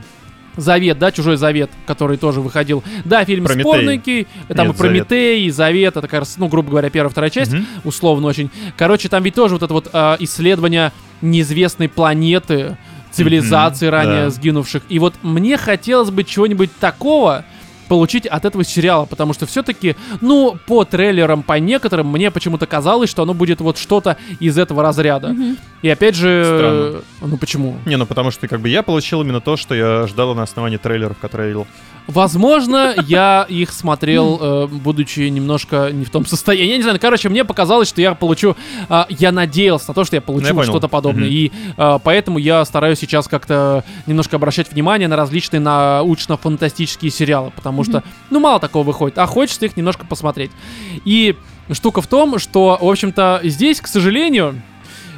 завет, да, чужой завет, который тоже выходил. Да, фильм
Прометей.
спорненький, там
Нет,
и Прометей, и завет, это, как раз, ну, грубо говоря, первая, вторая часть,
Мгм.
условно очень. Короче, там ведь тоже вот это вот э, исследование неизвестной планеты, цивилизации
Мгм,
ранее
да.
сгинувших. И вот мне хотелось бы чего-нибудь такого получить от этого сериала, потому что все-таки, ну, по трейлерам, по некоторым, мне почему-то казалось, что оно будет вот что-то из этого разряда.
Мгм.
И опять же... э, Ну почему?
Не, ну потому что как бы я получил именно то, что я ждал на основании трейлеров, которые я видел.
Возможно, я их смотрел, э, будучи немножко не в том состоянии. Я не знаю, ну, короче, мне показалось, что я получу... а, я надеялся на то, что я получу
Ну, я понял.
что-то подобное.
Мгм.
И а, поэтому я стараюсь сейчас как-то немножко обращать внимание на различные научно-фантастические сериалы, потому что, ну, мало такого выходит, а хочется их немножко посмотреть. И штука в том, что, в общем-то, здесь, к сожалению...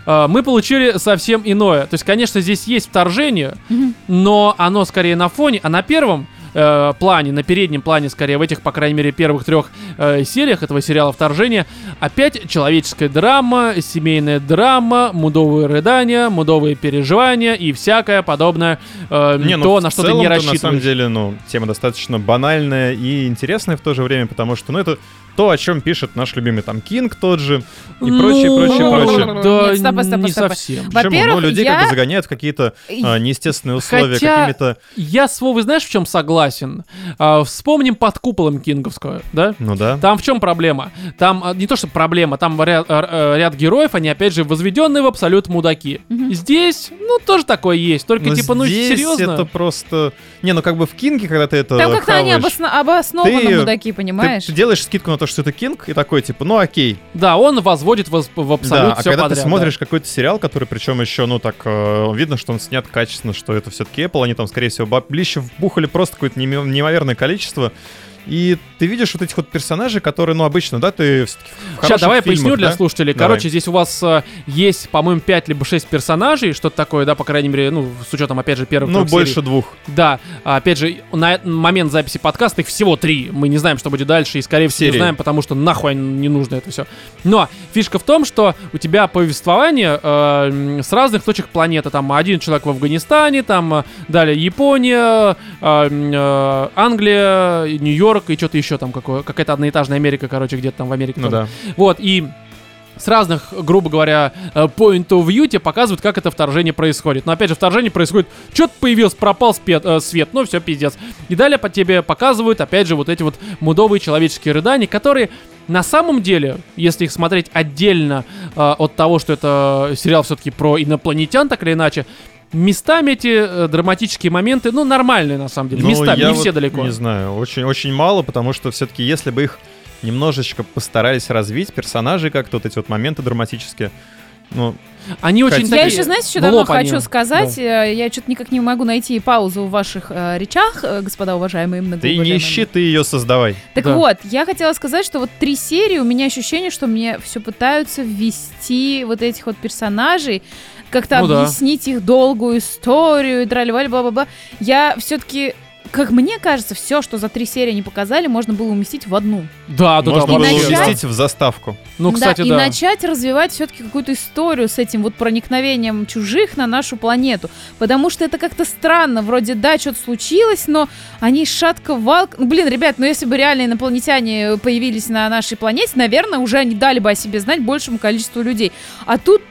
а, Мы получили совсем иное. То есть, конечно, здесь есть вторжение,
Мгм.
но оно скорее на фоне, а на первом э, плане, на переднем плане, скорее, в этих, по крайней мере, первых трех э, сериях этого сериала «Вторжение», опять человеческая драма, семейная драма, мудовые рыдания, мудовые переживания и всякое подобное, э,
Не, ну,
то,
в
на что ты не
целом-то,
рассчитываешь.
На самом деле, ну, тема достаточно банальная и интересная в то же время, потому что, ну, это то, о чем пишет наш любимый там Кинг тот же и прочее,
Ну,
прочее, прочее.
Да,
Нет, стоп, стоп,
не
стоп.
совсем.
Почему? Ну,
Во-первых,
людей как
я-
бы загоняют в какие-то а, неестественные условия,
Хотя-
какими-то...
Я с Вовой знаешь, в чем согласен? А, вспомним под куполом Кинговскую, да?
Ну да.
Там в чем проблема? Там а, не то, что проблема, там ря- а, а, ряд, героев, они опять же возведенные в абсолют мудаки.
Мгм.
Здесь, ну, тоже такое есть. Только
Но
типа, ну
здесь
серьезно.
это просто... Не, ну как бы в Кинге, когда ты это
Там как-то они
хаваешь,
обосна- обоснованно
э, Ты-
мудаки,
ты,
понимаешь?
ты делаешь скидку на то, что это Кинг, и такой, типа, ну окей.
Да, он возводит воз- в абсолют
да, а
все
когда
подряд.
ты
да.
смотришь какой-то сериал, который причем еще, ну так, э, видно, что он снят качественно, что это все-таки Apple, они там, скорее всего, баблище вбухали просто какое-то неме- неимоверное количество. И ты видишь вот этих вот персонажей, которые, ну, обычно, да, ты все-таки в
Сейчас
хороших
давай я
фильмах,
поясню для
да?
слушателей.
Давай.
Короче, здесь у вас э, есть, по-моему, 5 либо 6 персонажей, что-то такое, да, по крайней мере, ну, с учетом, опять же, первых
Ну,
трех серий.
больше двух.
Да, а, опять же, на э- момент записи подкаста их всего три. Мы не знаем, что будет дальше, и скорее всего не
Серии.
знаем, потому что нахуй они- не нужно это все. Но фишка в том, что у тебя повествование э, м, с разных точек планеты. Там один человек в Афганистане, там э, далее Япония, э, м, э, Англия, и Нью-Йорк и что-то еще там какое, какая-то одноэтажная Америка, короче, где-то там в Америке.
Ну
тоже.
да.
Вот, и с разных, грубо говоря, э, point of view тебе показывают, как это вторжение происходит. Но опять же, вторжение происходит, что-то появился, пропал спе- э, свет, ну все, пиздец. И далее по тебе показывают, опять же, вот эти вот мудовые человеческие рыдания, которые на самом деле, если их смотреть отдельно э, от того, что это сериал все-таки про инопланетян, так или иначе, местами эти э, драматические моменты, ну, нормальные на самом деле.
Ну,
местами,
я
не
вот
все далеко.
Не знаю, очень-очень мало, потому что все-таки если бы их немножечко постарались развить, персонажи как-то, вот эти вот моменты драматические, ну,
Они очень
Я
Я
такие, ну,
еще, знаете, что
в
давно
лоб они.
хочу сказать? Э, Я что-то никак не могу найти паузу в ваших э, речах, э, господа уважаемые
ты
многоуважаемые.
не ищи, ты ее создавай.
Так
Да.
вот, я хотела сказать, что вот три серии, у меня ощущение, что мне все пытаются ввести вот этих вот персонажей, как-то
Ну да.
объяснить их долгую историю, и трали-вали, бла-бла-бла. Я все-таки, как мне кажется, все, что за три серии не показали, можно было уместить в одну.
Да, да,
Можно
да.
было
вообще.
начать-
уместить в заставку.
Ну, кстати,
и
да.
начать развивать все-таки какую-то историю с этим вот проникновением чужих на нашу планету. Потому что это как-то странно. Вроде, да, что-то случилось, но они шатко валк... Ну, блин, ребят, ну если бы реально инопланетяне появились на нашей планете, наверное, уже они дали бы о себе знать большему количеству людей. А тут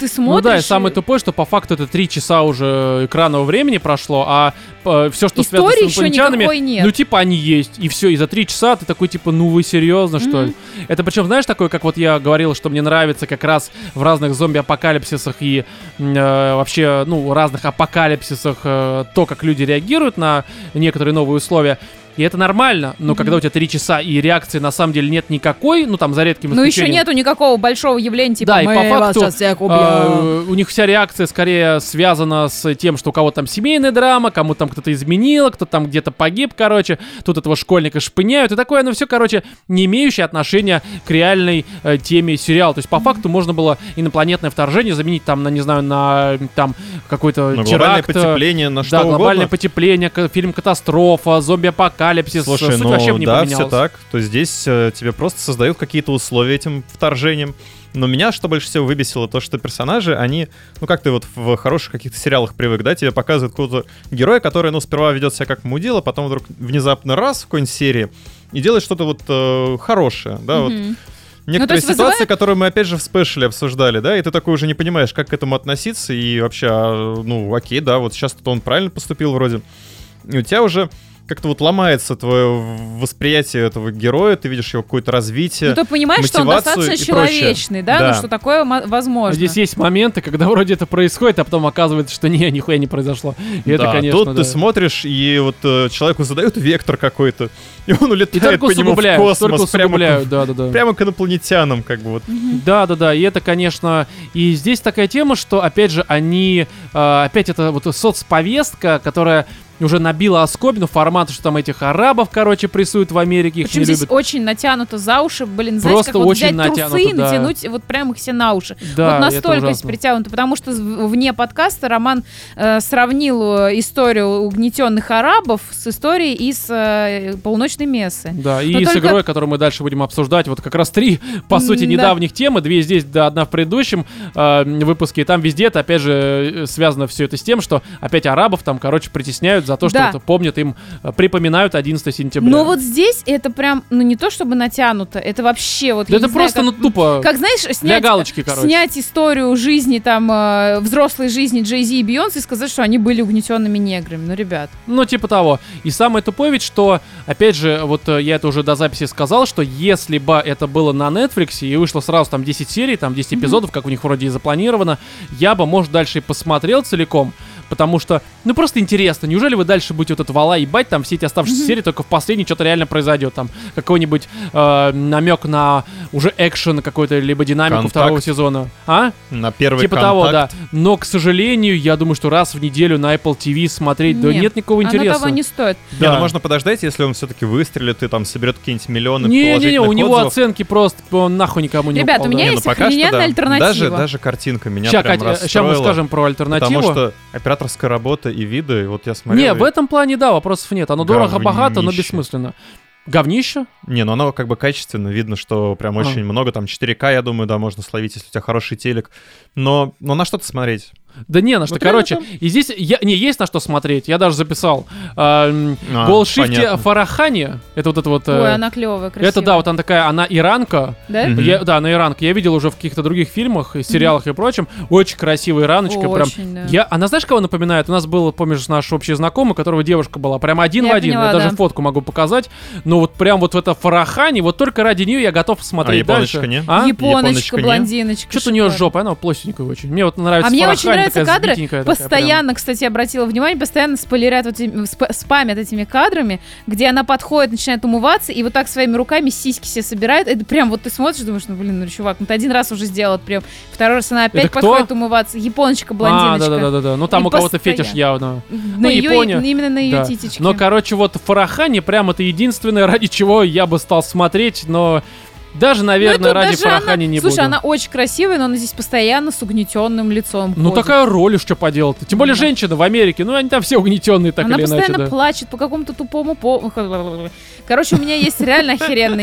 ты
Ну
смотришь...
да, и самое тупое, что по факту это три часа уже экранного времени прошло, а все, что
Истории
связано с
еще
инопланетянами,
никакой нет.
ну типа они есть, и все, и за три часа ты такой типа, ну вы серьезно что ли? Это причем, знаешь, такое, как вот я говорил, что мне нравится как раз в разных зомби-апокалипсисах и м, э, вообще, ну, разных апокалипсисах э, то, как люди реагируют на некоторые новые условия. И это нормально, но
Мгм.
когда у тебя три часа и реакции на самом деле нет никакой, ну там за редким
Ну еще
исключением.
нету никакого большого явления, типа,
Да, и по
«Мы вас
факту,
щас всех убьем».
А, у них вся реакция скорее связана с тем, что у кого там семейная драма, кому там кто-то изменил, кто там где-то погиб, короче. Тут этого школьника шпыняют и такое, ну все, короче, не имеющее отношения к реальной э, теме сериала. То есть по факту можно было инопланетное вторжение заменить там, на, не знаю, на м, там какой-то
Ну, глобальное
теракт. э,
потепление, на что
да, глобальное
угодно.
потепление, к- фильм «Катастрофа», зомби-апокалипсис.
Слушай,
суть
ну
вообще не
да,
поменялась.
все так. То есть здесь э, тебе просто создают какие-то условия этим вторжением. Но меня что больше всего выбесило, то, что персонажи, они, ну как ты вот в хороших каких-то сериалах привык, да, тебе показывают какого-то героя, который, ну, сперва ведет себя как мудила, потом вдруг внезапно раз в какой-нибудь серии и делает что-то вот э, хорошее, да, вот
Мгм.
Ну,
Некоторые
есть
ситуации,
вызывает-
которые мы опять же в спешле обсуждали, да, и ты такой уже не понимаешь, как к этому относиться, и вообще, а, ну, окей, да, вот сейчас то он правильно поступил вроде. И у тебя уже как-то вот ломается твое в- восприятие этого героя, ты видишь его какое-то развитие.
Ну, ты понимаешь, что он
мотивацию
достаточно
и прочее.
человечный, да?
Да.
Ну, что такое мо- возможно.
А Здесь есть моменты, когда вроде это происходит, а потом оказывается, что не, нихуя не произошло. И это,
Да,
конечно,
тут
да.
ты смотришь, и вот э, человеку задают вектор какой-то, и он
И
улетает
только
по нему в
усугубляют, только
космос, прямо,
усугубляют,
к-
да, да, да.
прямо к инопланетянам, как бы вот.
Да, да, да. И это, конечно, и а, здесь такая тема, что опять же они, э, опять это вот соцповестка, которая уже набила оскобину формата, что там этих арабов, короче, прессуют в Америке, их
Причем
не
здесь
любят.
очень натянуто за уши, блин, знаешь,
Просто
как вот
очень
взять
натянуто,
трусы и
да.
натянуть вот прям их все на уши.
Да,
вот
это
настолько здесь
ужасно.
притянуто, потому что в- вне подкаста Роман э, сравнил э, историю угнетенных арабов с историей из э, полуночной мессы.
Да, и
Но
с
только-
игрой, которую мы дальше будем обсуждать, вот как раз три, по сути,
М, да.
недавних темы, две здесь, да, одна в предыдущем э, выпуске, и там везде это, опять же, э, связано все это с тем, что опять арабов там, короче, притесняют за то, что
Да.
вот помнят им, э, припоминают 11 сентября.
Но вот здесь это прям, ну не то чтобы натянуто, это вообще вот...
Да
я
это
не знаю,
просто,
как-
ну, тупо...
Как знаешь,
для
снять,
галочки, короче.
снять историю жизни, там, э, взрослой жизни Джей Зи и Бейонсе и сказать, что они были угнетенными неграми. Ну, ребят.
Ну, типа того. И самое тупое ведь, что, опять же, вот э, я это уже до записи сказал, что если бы это было на Netflix и вышло сразу там 10 серий, там 10 эпизодов, как у них вроде и запланировано, я бы, может, дальше и посмотрел целиком, потому что, ну, просто интересно, неужели вы дальше будете вот это вала ебать, там все эти оставшиеся серии, только в последней что-то реально произойдет, там какой-нибудь э, намек на уже экшен какой-то, либо динамику
Контакт.
второго сезона. А?
На первый
Типа
контакт.
того, да. Но, к сожалению, я думаю, что раз в неделю на Apple TV смотреть, да
Нет,
нет никакого интереса.
Оно того не стоит.
Не,
Да.
ну можно подождать, если он все-таки выстрелит и там соберет какие-нибудь миллионы
Не-не-не, у
положительных
него
отзывов.
оценки просто по- нахуй никому не
Ребят, у меня
Не, ну
есть
пока что
охрененная
да.
альтернатива.
Даже, даже картинка меня прям
Сейчас мы
расстроила,
скажем про альтернативу.
Потому что операторская работа и виды, и вот я смотрел...
Не,
и-
в этом плане, да, вопросов нет. Оно дорого-богато, но
Говнище.
бессмысленно. Говнище?
Не, ну оно как бы качественно, видно, что прям
А.
очень много, там 4К, я думаю, да, можно словить, если у тебя хороший телек. Но, но на что ты смотреть?
Да не на что.
Вот реально
Короче, и здесь... я- не, есть на что смотреть. Я даже записал. Эм,
А,
Голшифте
понятно.
Фарахани. Это вот это вот... э,
Ой, она клевая, красивая.
это да, вот она такая, она иранка.
Да?
Мгм.
Я- да, она иранка. Я видел уже в каких-то других фильмах, и сериалах и прочем. Очень красивая ираночка. Прям
Очень, да.
Я, она знаешь, кого напоминает? У нас был, помнишь, наш общий знакомый, у которого девушка была. Прям один
Я
в один.
поняла,
я даже
да.
фотку могу показать. Но вот прям вот в это Фарахане, вот только ради нее я готов
А
смотреть
японочка
дальше.
не?
А?
Японочка,
Японочка, не?
блондиночка.
Что-то у нее
шикарно.
жопа, она плосненькая очень. Мне вот нравится
А мне очень
Фарахани,
нравятся
такая
кадры.
сбитенькая такая, прям.
Постоянно, кстати, обратила внимание, постоянно спойлерят вот этими- сп- спамят этими кадрами, где она подходит, начинает умываться, и вот так своими руками сиськи все собирает. Это прям вот ты смотришь, думаешь, ну блин, ну чувак, ну ты один раз уже сделал этот прием, второй раз она опять
Это кто?
подходит умываться. Японочка, блондиночка.
А, да-да-да. Ну там
И
у кого-то
постоянно.
фетиш явно.
На её-
Япония.
именно на ее
Да.
титечке. Ну,
Но, короче, вот Фарахани прям это единственное, ради чего я бы стал смотреть, но даже,
Ну, и тут
наверное, ради
даже
Фарахани
она-
не
Слушай,
буду.
она очень красивая, но она здесь постоянно с угнетенным лицом.
Ну
ходит.
такая роль, и что поделать. Тем более
Да.
женщина в Америке, ну они там все угнетенные так
Она
или
постоянно
иначе. да.
плачет по какому-то тупому по. Короче, у меня есть реально охеренный.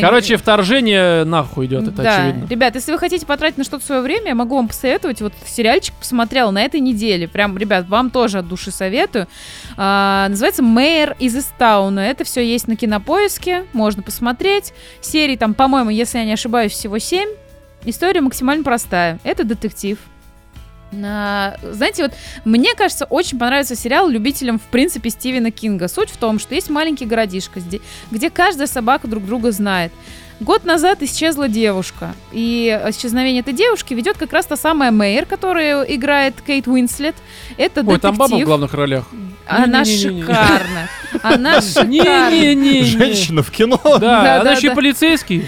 Короче, вторжение нахуй идет, это
да.
очевидно.
Ребят, если вы хотите потратить на что-то свое время, я могу вам посоветовать. Вот сериальчик посмотрел на этой неделе. Прям, ребят, вам тоже от души советую. А, называется «Мэйр из Истауна». Это все есть на Кинопоиске, можно посмотреть. Серии там, по-моему, если я не ошибаюсь, всего 7. История максимально простая. Это детектив. А, Знаете, вот мне кажется, очень понравится сериал любителям, в принципе, Стивена Кинга. Суть в том, что есть маленький городишко, где- где каждая собака друг друга знает. Год назад исчезла девушка. И исчезновение этой девушки ведет как раз та самая Мэйр, которая играет Кейт Уинслет. Это
Ой, там баба в
детектив.
главных ролях.
Она
Не-не-не-не.
шикарна. Она шикарна.
Не-не-не.
Женщина в кино?
Да, она
Да-да-да.
еще и полицейский.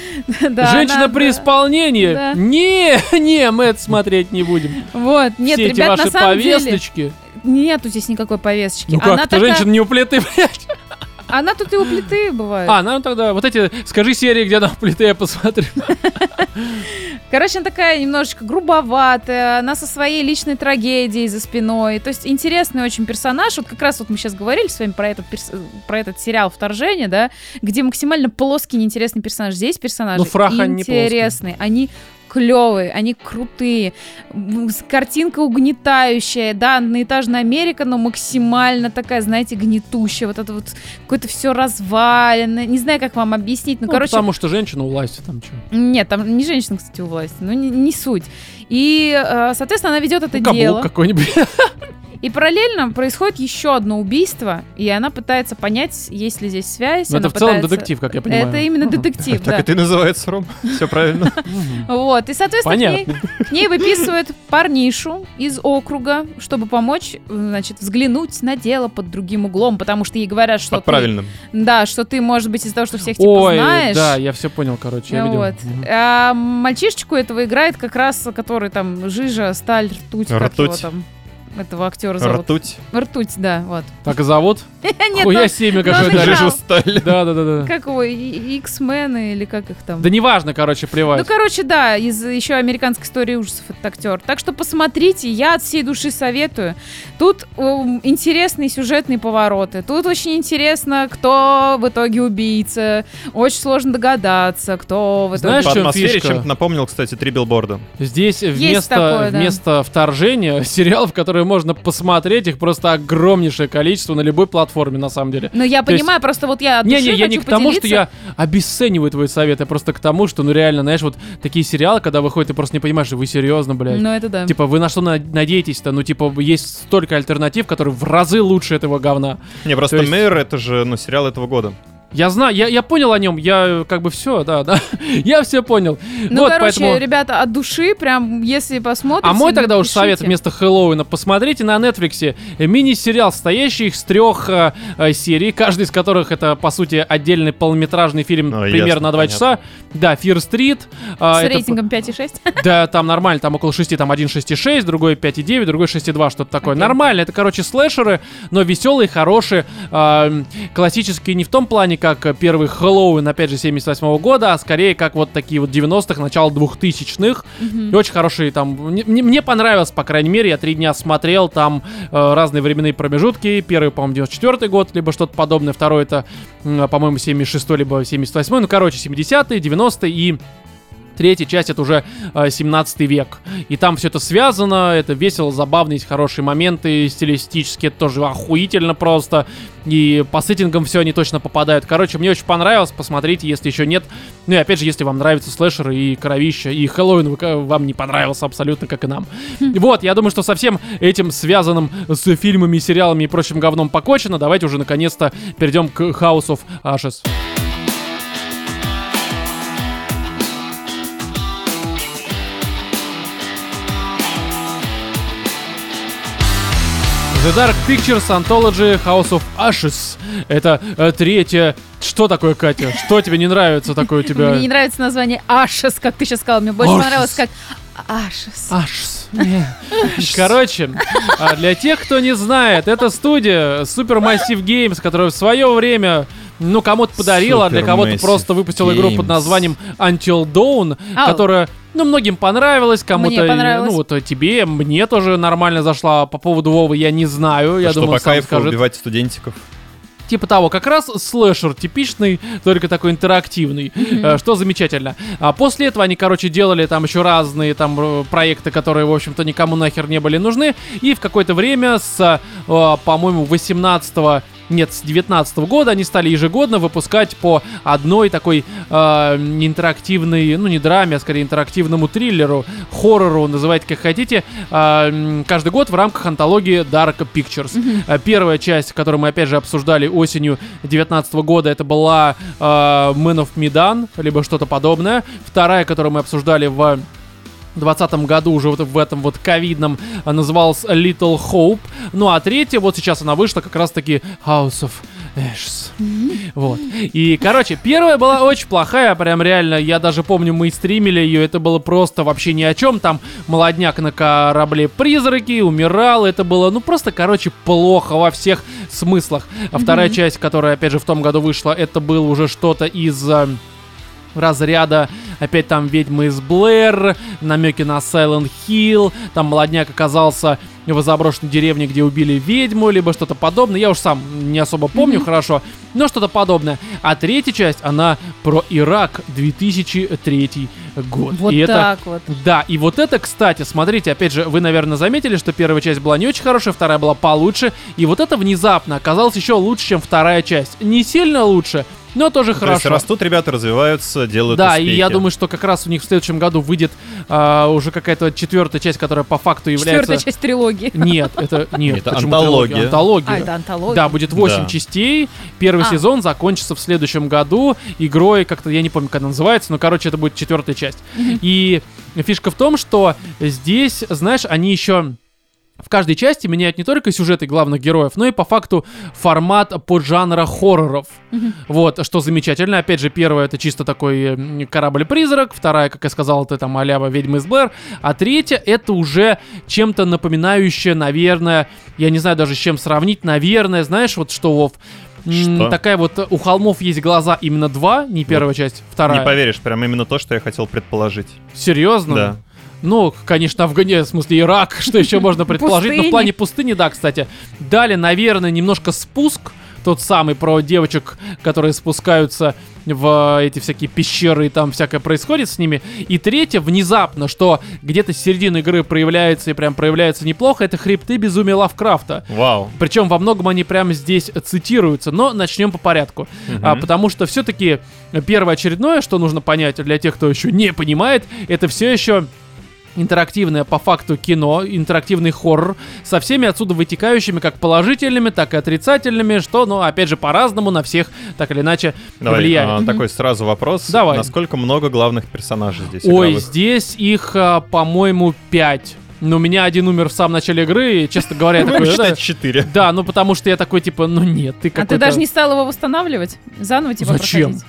Да,
Женщина
она-
при исполнении.
Да.
Не, не, мы это смотреть не будем.
Вот, нет,
Все эти
ребят, на
ваши
самом деле...
повесточки.
Нету здесь никакой повесточки.
Ну как,
Она
это
такая-
женщина не у плиты, блядь.
Она тут и у плиты бывает.
А, ну тогда вот эти, скажи серии, где она у плиты, я посмотрю.
Ну, Короче, она такая немножечко грубоватая, она со своей личной трагедией за спиной. То есть интересный очень персонаж. Вот как раз вот мы сейчас говорили с вами про этот, перс- про этот сериал «Вторжение», да, где максимально плоский, неинтересный персонаж. Здесь персонажи
Ну, Фраха не плоский.
интересные, они клевые, они крутые, М, с- картинка угнетающая, да, одноэтажная Америка, но максимально такая, знаете, гнетущая, вот это вот какое-то все разваленное, не знаю, как вам объяснить, ну,
Ну,
короче,
Потому что женщина у власти там что.
нет, там не женщина, кстати, у власти, ну не, не суть. И, э, соответственно, она ведет это
Каблук
дело.
Ну, какой-нибудь.
И параллельно происходит еще одно убийство, и она пытается понять, есть ли здесь связь.
Ну, Это
она
в целом
пытается-
детектив, как я понимаю.
Это именно
Мгм.
детектив,
Так
да.
это и называется, Ром. Все правильно.
Мгм.
Вот, и, соответственно, к ней,
Понятно.
к ней выписывают парнишу из округа, чтобы помочь, значит, взглянуть на дело под другим углом, потому что ей говорят, что
Под
ты-
правильным.
Да, что ты, может быть, из-за того, что всех типа
Ой,
знаешь. Ну
да, я все понял, короче, я видел.
Вот.
Мгм.
А мальчишечку этого играет как раз, который там жижа, сталь, ртуть, как его
Ртуть.
там. этого актера зовут?
Ртуть.
Ртуть, да, вот.
Так и зовут.
Нет,
Хуя
ну,
семя
но
какое-то.
он
Лежу
играл.
стали.
Да, да, да, да.
как его, X-мены или как их там?
Да неважно, короче,
Ну,
плевать.
короче, да, из еще американской истории ужасов этот актер. Так что посмотрите, я от всей души советую. Тут эм, интересные сюжетные повороты. Тут очень интересно, кто в итоге убийца. Очень сложно догадаться, кто в итоге...
Знаешь,
По
в чем
атмосфере
фишка?
чем-то напомнил, кстати, три билборда.
Здесь вместо,
такое, да.
вместо вторжения сериалов, которые можно посмотреть, их просто огромнейшее количество на любой платформе, на самом деле.
Ну, я
То есть-
понимаю, просто вот я от
Не,
души
не, я не
хочу
к тому, что
поделиться.
я обесцениваю твой совет, я просто к тому, что, ну реально, знаешь, вот такие сериалы, когда выходят, ты просто не понимаешь, вы серьезно, блядь.
Ну, это да.
Типа, вы на что на- надеетесь-то? Ну, типа, есть столько альтернатив, которые в разы лучше этого говна.
Не, просто
То есть-
Мэйр это же, ну, сериал этого года.
Я знаю, я, я понял о нем, я э, как бы все, да, да. Я все понял.
Ну,
вот,
короче,
поэтому...
ребята, от души, прям, если посмотрите...
А мой тогда уж совет
напишите.
вместо Хэллоуина. Посмотрите на Netflix мини-сериал, стоящий из трех э, э, серий, каждый из которых это, по сути, отдельный полнометражный фильм
Ну,
примерно
ясно,
на два
понятно.
часа. Да, Fear Street. э,
С
это-
рейтингом 5,6.
Да, там нормально, там около 6, там 1,66, другой 5,9, другой 6,2, что-то такое.
Окей.
Нормально, это, короче, слэшеры, но веселые, хорошие, эм, классические не в том плане, как э, первый Хэллоуин, опять же, 78 года, а скорее как вот такие вот 90-х, начало 2000-х. И очень хорошие там... Мне, мне- мне понравилось, по крайней мере, я три дня смотрел, там э, разные временные промежутки. Первый, по-моему, 94-й год, либо что-то подобное. Второй это, м, по-моему, 76-й, либо 78-й. Ну, короче, 70-й, 90-й и... Третья часть это уже э, 17 век. И там все это связано, это весело, забавно, есть хорошие моменты, стилистически это тоже охуительно просто. И по сеттингам все они точно попадают. Короче, мне очень понравилось, посмотрите, если еще нет. Ну и опять же, если вам нравится слэшер и кровища, и Хэллоуин вы- э, вам не понравился абсолютно, как и нам. Вот, я думаю, что со всем этим связанным с фильмами, сериалами и прочим говном покончено. Давайте уже наконец-то перейдем к House of Ashes. The Dark Pictures Anthology House of Ashes. Это э, третья... Что такое, Катя? Что тебе не нравится такое у тебя?
Мне не нравится название Ашес, как ты сейчас сказал. Мне больше
Ашес. А,
понравилось, как Ашес.
Ашс. Короче, а, для тех, кто не знает, это студия Supermassive Games, которая в свое время, ну, кому-то подарила, а для кого-то
Supermassive
просто выпустила игру под
Games.
названием Until Dawn,
Ау.
которая, ну, многим понравилась, кому-то,
Мне понравилась.
ну, вот э, тебе, мне тоже нормально зашла. По поводу Вовы я не знаю, я
что
думаю,
по
сам
кайфу
скажет.
убивать студентиков.
Типа того, как раз слэшер типичный, только такой интерактивный, э, что замечательно. А после этого они, короче, делали там еще разные там э, проекты, которые, в общем-то, никому нахер не были нужны. И в какое-то время с, э, по-моему, 18 нет, с 19 года они стали ежегодно выпускать по одной такой э, интерактивной, ну не драме, а скорее интерактивному триллеру, хоррору, называйте как хотите, э, м, каждый год в рамках антологии Dark Pictures. Э, Первая часть, которую мы опять же обсуждали осенью 19 года, это была э, Man of Medan, либо что-то подобное. Вторая, которую мы обсуждали в 2020 году уже вот в этом вот ковидном а, называлась Little Hope. Ну а третья, вот сейчас она вышла как раз-таки House of Ashes. Вот. И, короче, первая была очень плохая, прям реально. Я даже помню, мы стримили ее, это было просто вообще ни о чем. Там молодняк на корабле призраки, умирал. Это было, ну, просто, короче, плохо во всех смыслах. А вторая часть, которая, опять же, в том году вышла, это было уже что-то из... эм, разряда. Опять там ведьмы из Блэр, намеки на Silent Hill, там молодняк оказался в заброшенной деревне, где убили ведьму, либо что-то подобное. Я уж сам не особо помню хорошо, но что-то подобное. А третья часть, она про Ирак 2003 год.
Вот
И это
так вот.
да, и вот это, кстати, смотрите, опять же, вы, наверное, заметили, что первая часть была не очень хорошая, вторая была получше, и вот это внезапно оказалось еще лучше, чем вторая часть. Не сильно лучше, но тоже
То есть
хорошо.
растут ребята, развиваются, делают
Да, и
успехи.
я думаю, что как раз у них в следующем году выйдет а, уже какая-то четвертая часть, которая по факту является...
Четвертая часть трилогии.
Нет, это нет,
Это
почему трилогия?
антология.
Антология.
А, это антология.
Да, будет 8
Да.
частей. Первый
А.
сезон закончится в следующем году игрой, как-то я не помню, как она называется, но, короче, это будет четвертая часть. И фишка в том, что здесь, знаешь, они еще в каждой части меняют не только сюжеты главных героев, но и по факту формат поджанра хорроров.
Мгм.
Вот, что замечательно. Опять же, первая это чисто такой э, корабль-призрак, вторая, как я сказал, это там алява ведьмы из Блэр, а третья это уже чем-то напоминающее, наверное, я не знаю даже с чем сравнить, наверное, знаешь, вот что, Вов, М,
Что?
такая вот э, у холмов есть глаза именно два, не первая часть, вторая.
Не поверишь, прям именно то, что я хотел предположить.
Серьезно?
Да.
Ну, конечно, Афгане, в смысле Ирак, что еще можно предположить. Но в
Пустыни.
плане пустыни, да, кстати. Далее, наверное, немножко спуск. Тот самый про девочек, которые спускаются в эти всякие пещеры и там всякое происходит с ними. И третье, внезапно, что где-то с середины игры проявляется и прям проявляется неплохо, это хребты безумия Лавкрафта.
Вау.
Причем во многом они прямо здесь цитируются, но начнем по порядку.
Мгм.
А, потому что все-таки первое очередное, что нужно понять для тех, кто еще не понимает, это все еще интерактивное по факту кино, интерактивный хоррор со всеми отсюда вытекающими как положительными, так и отрицательными, что, ну, опять же, по-разному на всех так или иначе
Давай,
влияет.
а, такой сразу вопрос.
Давай.
Насколько много главных персонажей здесь
Ой,
игровых?
здесь их, а, по-моему, пять. Но у меня один умер в самом начале игры, и, честно говоря, я такой...
Будем
«Да,
считать четыре.
Да, ну потому что я такой, типа, ну нет, ты
А
какой-то...
ты даже не стал его восстанавливать? Заново типа
Зачем?
проходить?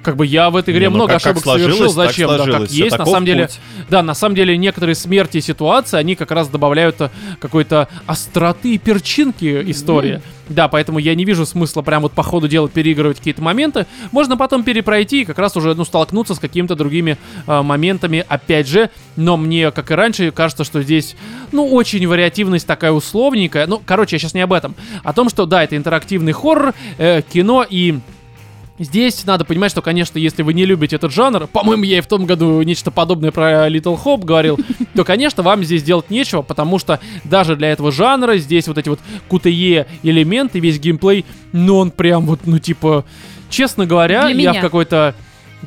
Как бы я в этой игре
Не, ну
много
как- как
ошибок
сложилось,
совершил,
так
зачем? да, как
сложилось, а
есть, на
таков
самом деле...
путь.
Да, на самом деле некоторые смерти и ситуации, они как раз добавляют э, какой-то остроты и перчинки истории. Да, поэтому я не вижу смысла прям вот по ходу дела переигрывать какие-то моменты. Можно потом перепройти и как раз уже ну, столкнуться с какими-то другими э, моментами, опять же. Но мне, как и раньше, кажется, что здесь, ну, очень вариативность такая условненькая. Ну, короче, я сейчас не об этом. О том, что, да, это интерактивный хоррор, э, кино и... Здесь надо понимать, что, конечно, если вы не любите этот жанр, по-моему, я и в том году нечто подобное про Little Hope говорил, то, конечно, вам здесь делать нечего, потому что даже для этого жанра здесь вот эти вот кутые элементы, весь геймплей, ну он прям вот, ну типа, честно говоря,
Для
я в
меня.
какой-то...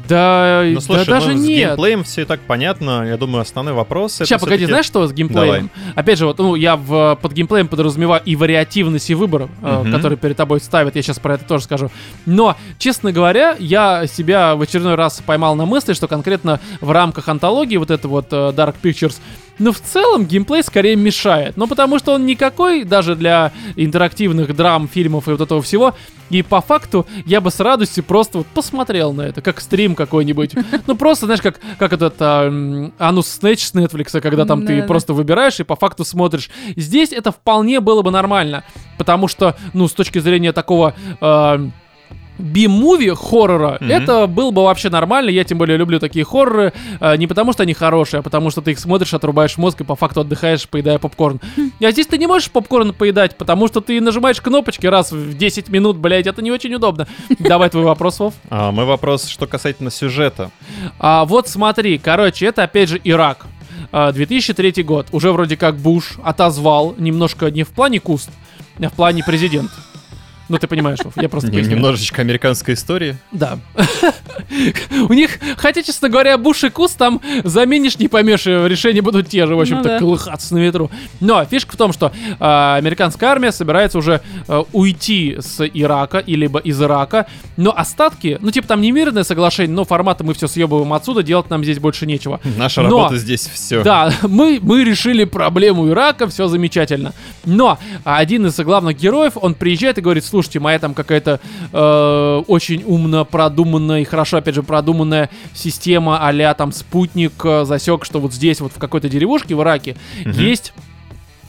Да,
Ну
да
слушай,
даже
ну, с
нет.
геймплеем все и так понятно. Я думаю, основной вопрос это
Сейчас, погоди,
всё-таки-
знаешь, что с геймплеем? Опять же, вот ну, я в, э, под геймплеем подразумеваю и вариативность, и выбор, э,
Мгм.
который перед тобой ставят. Я сейчас про это тоже скажу. Но, честно говоря, я себя в очередной раз поймал на мысли, что конкретно в рамках антологии вот это вот э, Dark Pictures но в целом геймплей скорее мешает. Ну, потому что он никакой, даже для интерактивных драм, фильмов и вот этого всего. И по факту я бы с радостью просто вот посмотрел на это, как стрим какой-нибудь. Ну, просто, знаешь, как, как этот а, м, Анус Снэч с Netflix, когда там ты
Да-да.
просто выбираешь и по факту смотришь. Здесь это вполне было бы нормально. Потому что, ну, с точки зрения такого... а, би-муви хоррора,
Мгм.
это было бы вообще нормально. Я тем более люблю такие хорроры. э, не потому, что они хорошие, а потому, что ты их смотришь, отрубаешь мозг и по факту отдыхаешь, поедая попкорн. А здесь ты не можешь попкорн поедать, потому что ты нажимаешь кнопочки раз в 10 минут, блядь, это не очень удобно. Давай твой вопрос, Вов.
А, мой вопрос, что касательно сюжета.
А вот смотри, короче, это опять же Ирак. А, 2003 год. Уже вроде как Буш отозвал немножко не в плане куст, а в плане президент. Ну, ты понимаешь, Вов, я просто
Нем-
поясню.
Немножечко американской истории.
Да. У них, хотя, честно говоря, Буш и Кус там заменишь, не поймешь, и решения будут те же, в общем-то,
да.
колыхаться на ветру. Но фишка в том, что а, американская армия собирается уже э, уйти с Ирака, и либо из Ирака, но остатки, ну, типа, там не мирное соглашение, но формата мы все съебываем отсюда, делать нам здесь больше нечего.
Наша
Но-
работа здесь все.
Да, мы, мы решили проблему Ирака, все замечательно. Но один из главных героев, он приезжает и говорит, слушайте, моя там какая-то э, очень умно продуманная и хорошо, опять же, продуманная система а там спутник э, засек, что вот здесь, вот в какой-то деревушке в Ираке
Мгм.
есть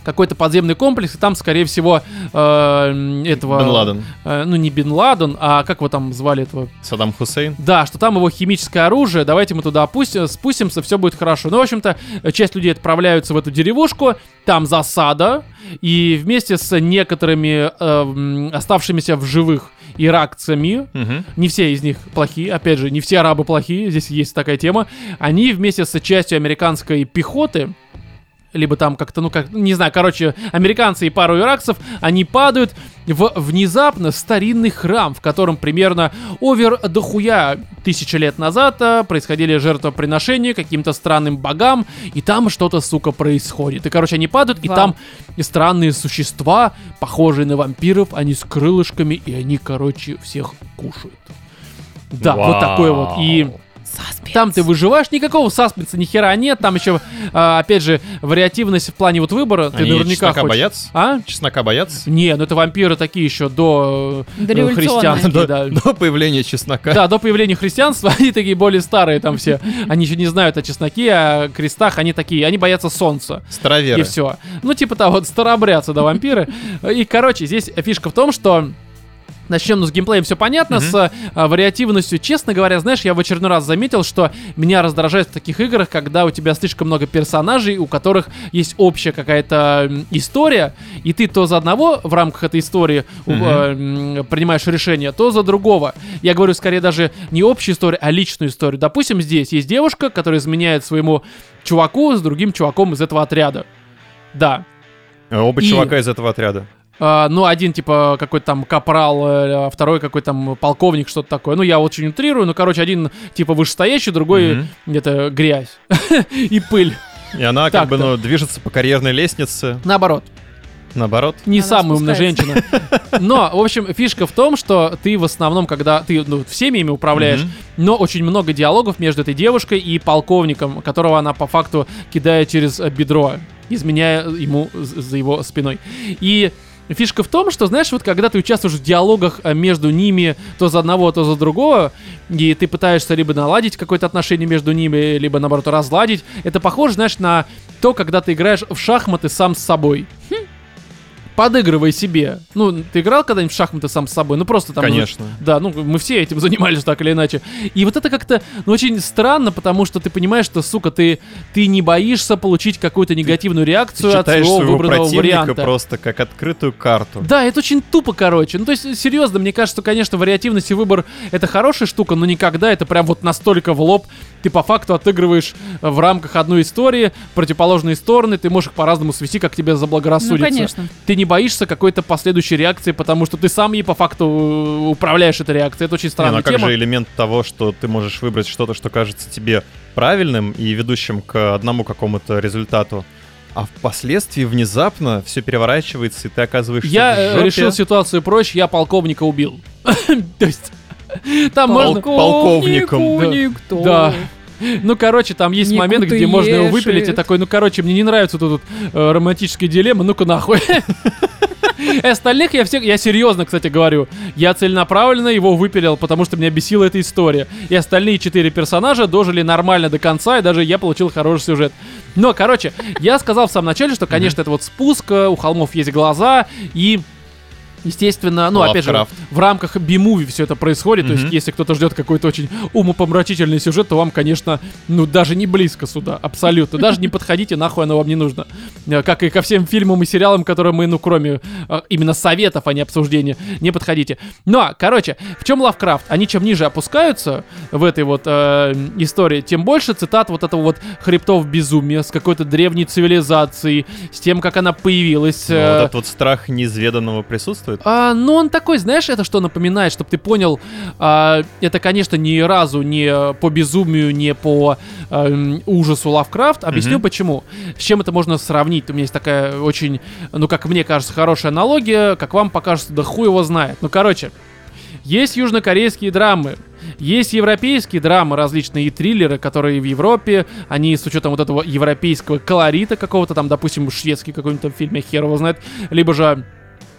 какой-то подземный комплекс, и там, скорее всего, э, м, этого...
Бен Ладен.
э, ну, не Бен Ладен, а как его там звали этого?
Саддам Хусейн.
Да, что там его химическое оружие, давайте мы туда опусти- спустимся, все будет хорошо. Ну, в общем-то, часть людей отправляются в эту деревушку, там засада, и вместе с некоторыми эм, оставшимися в живых иракцами,
Мгм.
не все из них плохие, опять же, не все арабы плохие, здесь есть такая тема, они вместе с частью американской пехоты либо там как-то, ну как, не знаю, короче, американцы и пару иракцев, они падают в внезапно старинный храм, в котором примерно овер дохуя тысячи лет назад а, происходили жертвоприношения каким-то странным богам, и там что-то, сука, происходит. И, короче, они падают, и
Вау.
там странные существа, похожие на вампиров, они с крылышками, и они, короче, всех кушают. Да, вот такой вот. И
Вау.
Саспенс.
Там ты выживаешь, никакого саспенса ни хера нет. Там еще, а, опять же, вариативность в плане вот выбора. ты
Они
наверняка
чеснока
хочешь-
боятся?
А?
Чеснока боятся?
Не, ну это вампиры такие еще до, э,
Дореволюционные.
христианские, да.
До, до появления чеснока.
Да, до появления христианства они такие более старые там все. Они еще не знают о чесноке, о крестах, они такие, они боятся солнца.
Староверы.
И все. Ну, типа того, вот старообрядцы, да, вампиры. И, короче, здесь фишка в том, что Начнем ну, с геймплеем, все понятно,
Мгм.
с а, вариативностью. Честно говоря, знаешь, я в очередной раз заметил, что меня раздражает в таких играх, когда у тебя слишком много персонажей, у которых есть общая какая-то м, история, и ты то за одного в рамках этой истории у-
Мгм.
э, м, принимаешь решение, то за другого. Я говорю скорее даже не общую историю, а личную историю. Допустим, здесь есть девушка, которая изменяет своему чуваку с другим чуваком из этого отряда. Да,
Э, Оба
И-
чувака из этого отряда.
а, ну, один, типа, какой-то там капрал, э, а второй какой-то там полковник, что-то такое. Ну, я очень утрирую, но, короче, один, типа, вышестоящий, другой
Мгм.
где-то грязь и пыль.
И она
Так-то.
как бы ну, движется по карьерной лестнице,
Наоборот,
наоборот.
не
Она
самая умная
спускается.
женщина. Но, в общем, фишка в том, что ты в основном, когда ты ну, всеми ими управляешь,
Мгм.
но очень много диалогов между этой девушкой и полковником, которого она по факту кидает через э, бедро, изменяя ему з- за его спиной. И фишка в том, что, знаешь, вот когда ты участвуешь в диалогах э, между ними, то за одного, то за другого, и ты пытаешься либо наладить какое-то отношение между ними, либо, наоборот, разладить, это похоже, знаешь, на то, когда ты играешь в шахматы сам с собой. Подыгрывай себе. Ну, ты играл когда-нибудь в шахматы сам с собой? Ну, просто там... ну,
Конечно.
да, ну мы все этим занимались так или иначе. И вот это как-то, ну, очень странно, потому что ты понимаешь, что, сука, ты, ты не боишься получить какую-то негативную
Ты
реакцию от
читаешь
своего
своего
выбранного
противника
варианта.
просто как открытую карту.
Да, это очень тупо, короче. Ну, то есть, серьезно, мне кажется, что, конечно, вариативность и выбор — это хорошая штука, но никогда это прям вот настолько в лоб. Ты по факту отыгрываешь э, в рамках одной истории противоположные стороны, ты можешь их по-разному свести, как тебе
Ну,
заблагорассудится.
конечно.
Ты не боишься какой-то последующей реакции, потому что ты сам ей по факту э, управляешь этой реакцией. Это очень
Не, ну
странная
а как
тема.
же элемент того, что ты можешь выбрать что-то, что кажется тебе правильным и ведущим к одному какому-то результату, а впоследствии внезапно все переворачивается, и ты оказываешься
Я
в
э,
жопе. Ну,
решил ситуацию проще, я полковника убил. То есть, там можно...
полковником,
да.
никто.
Да. Ну, короче, там есть
Не
момент, где можно его
кутаешь,
выпилить.
и-
И такой, ну, короче, мне не нравятся тут вот, э, романтические дилеммы, ну-ка нахуй. И Остальных я всех, я серьезно, кстати, говорю, я целенаправленно его выпилил, потому что меня бесила эта история. И остальные четыре персонажа дожили нормально до конца, и даже я получил хороший сюжет. Но, короче, я сказал в самом начале, что, конечно, это вот спуск, э, у холмов есть глаза, и Естественно, ну, опять же,
Лавкрафт.
в рамках би-муви все это происходит. То есть,
Мгм.
если кто-то ждет какой-то очень умопомрачительный сюжет, то вам, конечно, ну, даже не близко сюда, абсолютно. Даже не подходите, нахуй оно вам не нужно. Э, Как и ко всем фильмам и сериалам, которые мы, ну, кроме э, именно советов, а не обсуждения, не подходите. Но, короче, в чем Лавкрафт? Они чем ниже опускаются в этой вот э, истории, тем больше цитат вот этого вот хребтов безумия с какой-то древней цивилизацией, с тем, как она появилась.
Ну,
э,
вот этот вот страх неизведанного присутствует.
а, ну, он такой, знаешь, это что напоминает, чтобы ты понял, а, это, конечно, ни разу не по безумию, не по а, м, ужасу Лавкрафт. Объясню
Мгм.
почему. С чем это можно сравнить? У меня есть такая очень, ну, как мне кажется, хорошая аналогия, как вам покажется, да хуй его знает. Ну, короче, есть южнокорейские драмы. Есть европейские драмы различные и триллеры, которые в Европе, они с учетом вот этого европейского колорита какого-то, там, допустим, шведский какой-нибудь там фильм, я хер его знает, либо же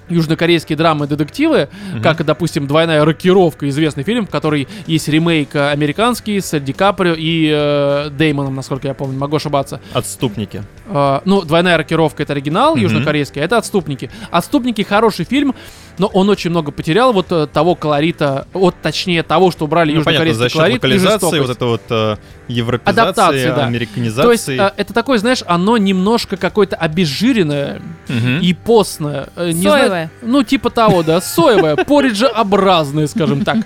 южнокорейские драмы-детективы, как, допустим, «Двойная рокировка», известный фильм, в который есть ремейк э, американский с Ди Каприо и э, Деймоном, насколько я помню, могу ошибаться.
Отступники.
Э, ну, двойная рокировка это оригинал
Мгм.
южнокорейский, а это отступники. Отступники хороший фильм, но он очень много потерял вот э, того колорита, от точнее того, что брали
Ну, понятно, за
южнокорейский
счет
колорит и
локализации,
жестокость.
вот это вот э, европеизации,
Адаптации, да.
американизации.
То есть э, это такое, знаешь, оно немножко какое-то обезжиренное
Мгм.
и постное. Э, не знаю-
Соевое.
ну, типа того, да, соевое, пориджеобразное, скажем так.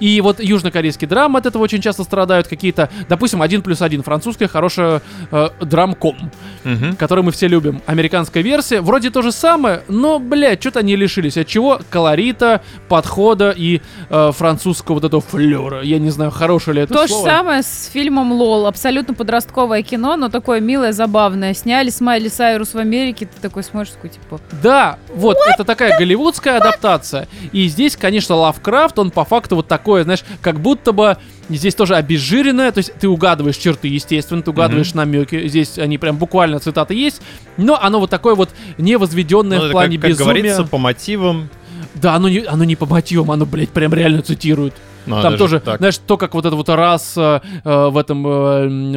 И вот южнокорейские драмы от этого очень часто страдают. Какие-то, допустим, один плюс один французская хорошая э, драмком,
Мгм.
который мы все любим. Американская версия вроде то же самое, но, блядь, что-то они лишились. От чего? Колорита, подхода и э, французского вот этого флера. Я не знаю, хорошее ли это
То же
слово.
самое с фильмом «Лол». Абсолютно подростковое кино, но такое милое, забавное. Сняли с Майли Сайрус в Америке, ты такой смотришь, такой, типа...
Да, вот, это такая голливудская адаптация. И здесь, конечно, Лавкрафт, он по факту вот такое, знаешь, как будто бы здесь тоже обезжиренное, то есть ты угадываешь черты, естественно, ты угадываешь намеки, здесь они прям буквально цитаты есть, но оно вот такое вот невозведенное
Ну, это
в плане
как, как
безумия.
говорится, по мотивам.
Да, оно не, оно не по мотивам, оно, блядь, прям реально цитирует.
Ну, а
Там
даже
тоже,
так.
знаешь, то, как вот эта вот раса э, в этом э,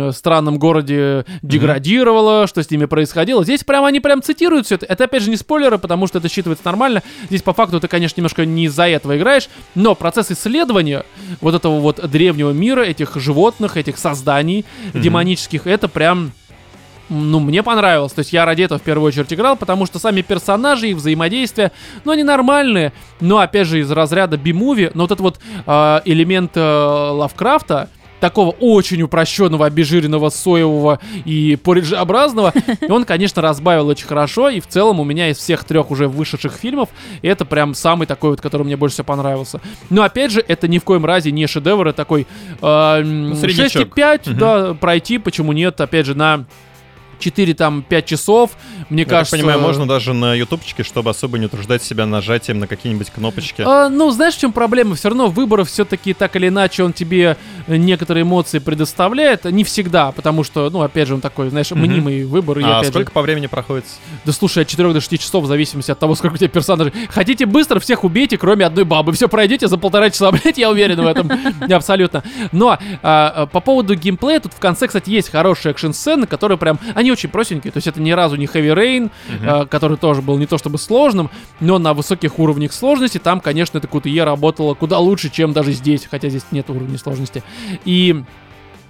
м, странном городе деградировала, что с ними происходило. Здесь прямо они прям цитируют все это. Это, опять же, не спойлеры, потому что это считывается нормально. Здесь, по факту, ты, конечно, немножко не из-за этого играешь, но процесс исследования вот этого вот древнего мира, этих животных, этих созданий
Мгм.
демонических, это прям... Ну, мне понравилось. То есть я ради этого в первую очередь играл, потому что сами персонажи и взаимодействия, ну, они нормальные, но, опять же, из разряда би-муви, но вот этот вот э, элемент э, Лавкрафта, такого очень упрощенного, обезжиренного, соевого и порриджеобразного, он, конечно, разбавил очень хорошо, и в целом у меня из всех трех уже вышедших фильмов это прям самый такой вот, который мне больше всего понравился. Но, опять же, это ни в коем разе не шедевр, это такой э, м,
Ну, среднячок.
6,5,
Мгм.
да, пройти, почему нет, опять же, на 4 там 5 часов, мне
Я так
кажется...
понимаю, можно даже на ютубчике, чтобы особо не утруждать себя нажатием на какие-нибудь кнопочки.
А, ну, знаешь, в чем проблема? Все равно выборов все-таки так или иначе он тебе э, некоторые эмоции предоставляет. Не всегда, потому что, ну, опять же, он такой, знаешь,
Мгм.
мнимый выбор. и
А
опять же-
сколько по времени проходит?
да слушай, от 4 до 6 часов, в зависимости от того, сколько у тебя персонажей. Хотите быстро, всех убейте, кроме одной бабы. Все пройдете за полтора часа, блядь, я уверен в этом. Абсолютно. Но а, а, по поводу геймплея, тут в конце, кстати, есть хорошие экшн-сцены, которые прям... Они очень простенькие, то есть это ни разу не Heavy Rain, а, который тоже был не то чтобы сложным, но на высоких уровнях сложности там, конечно, это QTE работало куда лучше, чем даже здесь, хотя здесь нет уровня сложности. И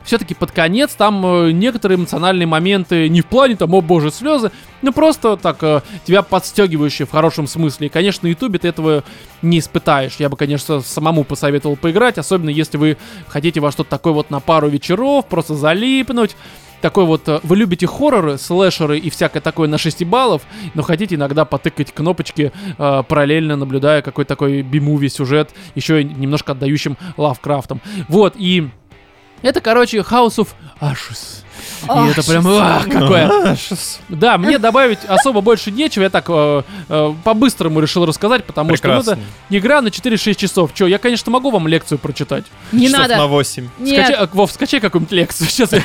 все-таки под конец там э, некоторые эмоциональные моменты не в плане там, о боже, слезы, ну просто так э, тебя подстегивающие в хорошем смысле. И, конечно, на Ютубе ты этого не испытаешь. Я бы, конечно, самому посоветовал поиграть, особенно если вы хотите во что-то такое вот на пару вечеров, просто залипнуть. Такой вот, э, вы любите хорроры, слэшеры и всякое такое на 6 баллов, но хотите иногда потыкать кнопочки, э, параллельно наблюдая какой-то такой би-муви сюжет, еще и немножко отдающим Лавкрафтом. Вот, и это, короче, House of Ashes. И это прям, ах, какое...
Ну,
Да, мне добавить особо больше нечего, я так э, э, по-быстрому решил рассказать, потому что
Прекрасно.
ну, это игра на 4-6 часов. Че, я, конечно, могу вам лекцию прочитать.
Не
Часов
надо.
на 8.
Скачай,
Нет,
э, Вов, скачай какую-нибудь лекцию, сейчас я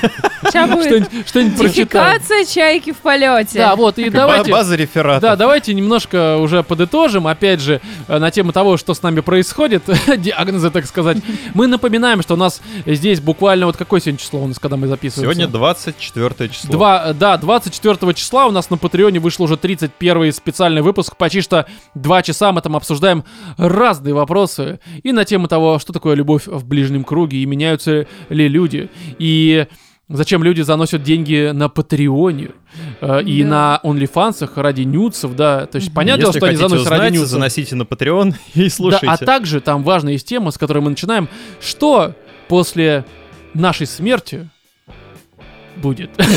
сейчас будет
что-нибудь что-нибудь прочитаю.
Идентификация чайки в полете.
Да, вот, и давайте...
а, База реферата.
Да, давайте немножко уже подытожим, опять же, э, на тему того, что с нами происходит, диагнозы, так сказать. Мы напоминаем, что у нас здесь буквально вот какое сегодня число у нас, когда мы записываемся?
Сегодня 24 число.
Два, да, 24 числа у нас на Патреоне вышел уже 31 специальный выпуск. Почти что два часа мы там обсуждаем разные вопросы. И на тему того, что такое любовь в ближнем круге, и меняются ли люди. И зачем люди заносят деньги на Патреоне э, и
Да.
на OnlyFans ради нюцев, да. То есть
Если
понятно, что они
хотите
заносят
узнать,
ради нюцев.
заносите на Patreon и
Да,
слушайте.
а также там важная есть тема, с которой мы начинаем. Что после нашей смерти будет?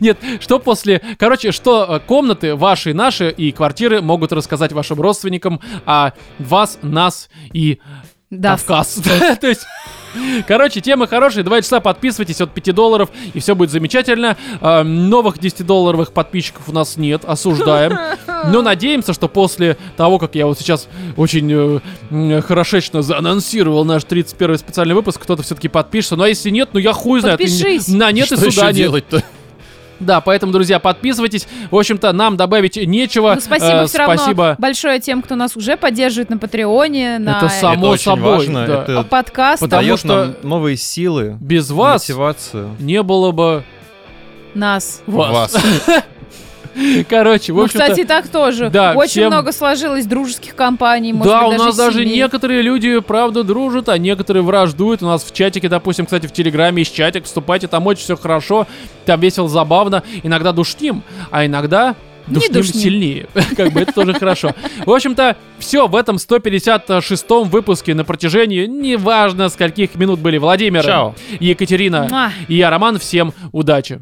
Нет, что после... Короче, что э, комнаты ваши, наши и квартиры могут рассказать вашим родственникам о вас, нас и
Да.
Кавказ. То есть... Короче, темы хорошие. Два часа подписывайтесь от 5 долларов, и все будет замечательно. Э, Новых 10-долларовых подписчиков у нас нет, осуждаем. Но надеемся, что после того, как я вот сейчас очень э, м, хорошечно заанонсировал наш 31 специальный выпуск, кто-то все-таки подпишется. Ну а если нет, ну я хуй знает.
Подпишись.
На нет
что
и суда
еще
нет.
делать-то?
Да, поэтому, друзья, подписывайтесь. В общем-то, нам добавить нечего.
Ну, спасибо
Э,
все равно
спасибо.
большое тем, кто нас уже поддерживает на Патреоне, на э,
Это сам- Само
это очень
собой,
важно.
да.
Это
подкаст, а
Потому
дает
что-
нам новые силы,
Без вас
мотивацию.
не было бы
нас.
вас. Короче, в
Ну,
общем-то...
кстати, и так тоже.
да,
Очень
всем-
много сложилось дружеских компаний, может
да,
быть,
у нас даже
семей.
некоторые люди, правда, дружат, а некоторые враждуют. У нас в чатике, допустим, кстати, в Телеграме есть чатик, вступайте, там очень все хорошо, там весело, забавно. Иногда душним, а иногда
Не
душним,
душним.
сильнее. Как бы это тоже хорошо. В общем-то, все в этом 156-м выпуске на протяжении, неважно, скольких минут были Владимир,
Чао.
Екатерина
Муа.
и я, Роман. Всем удачи!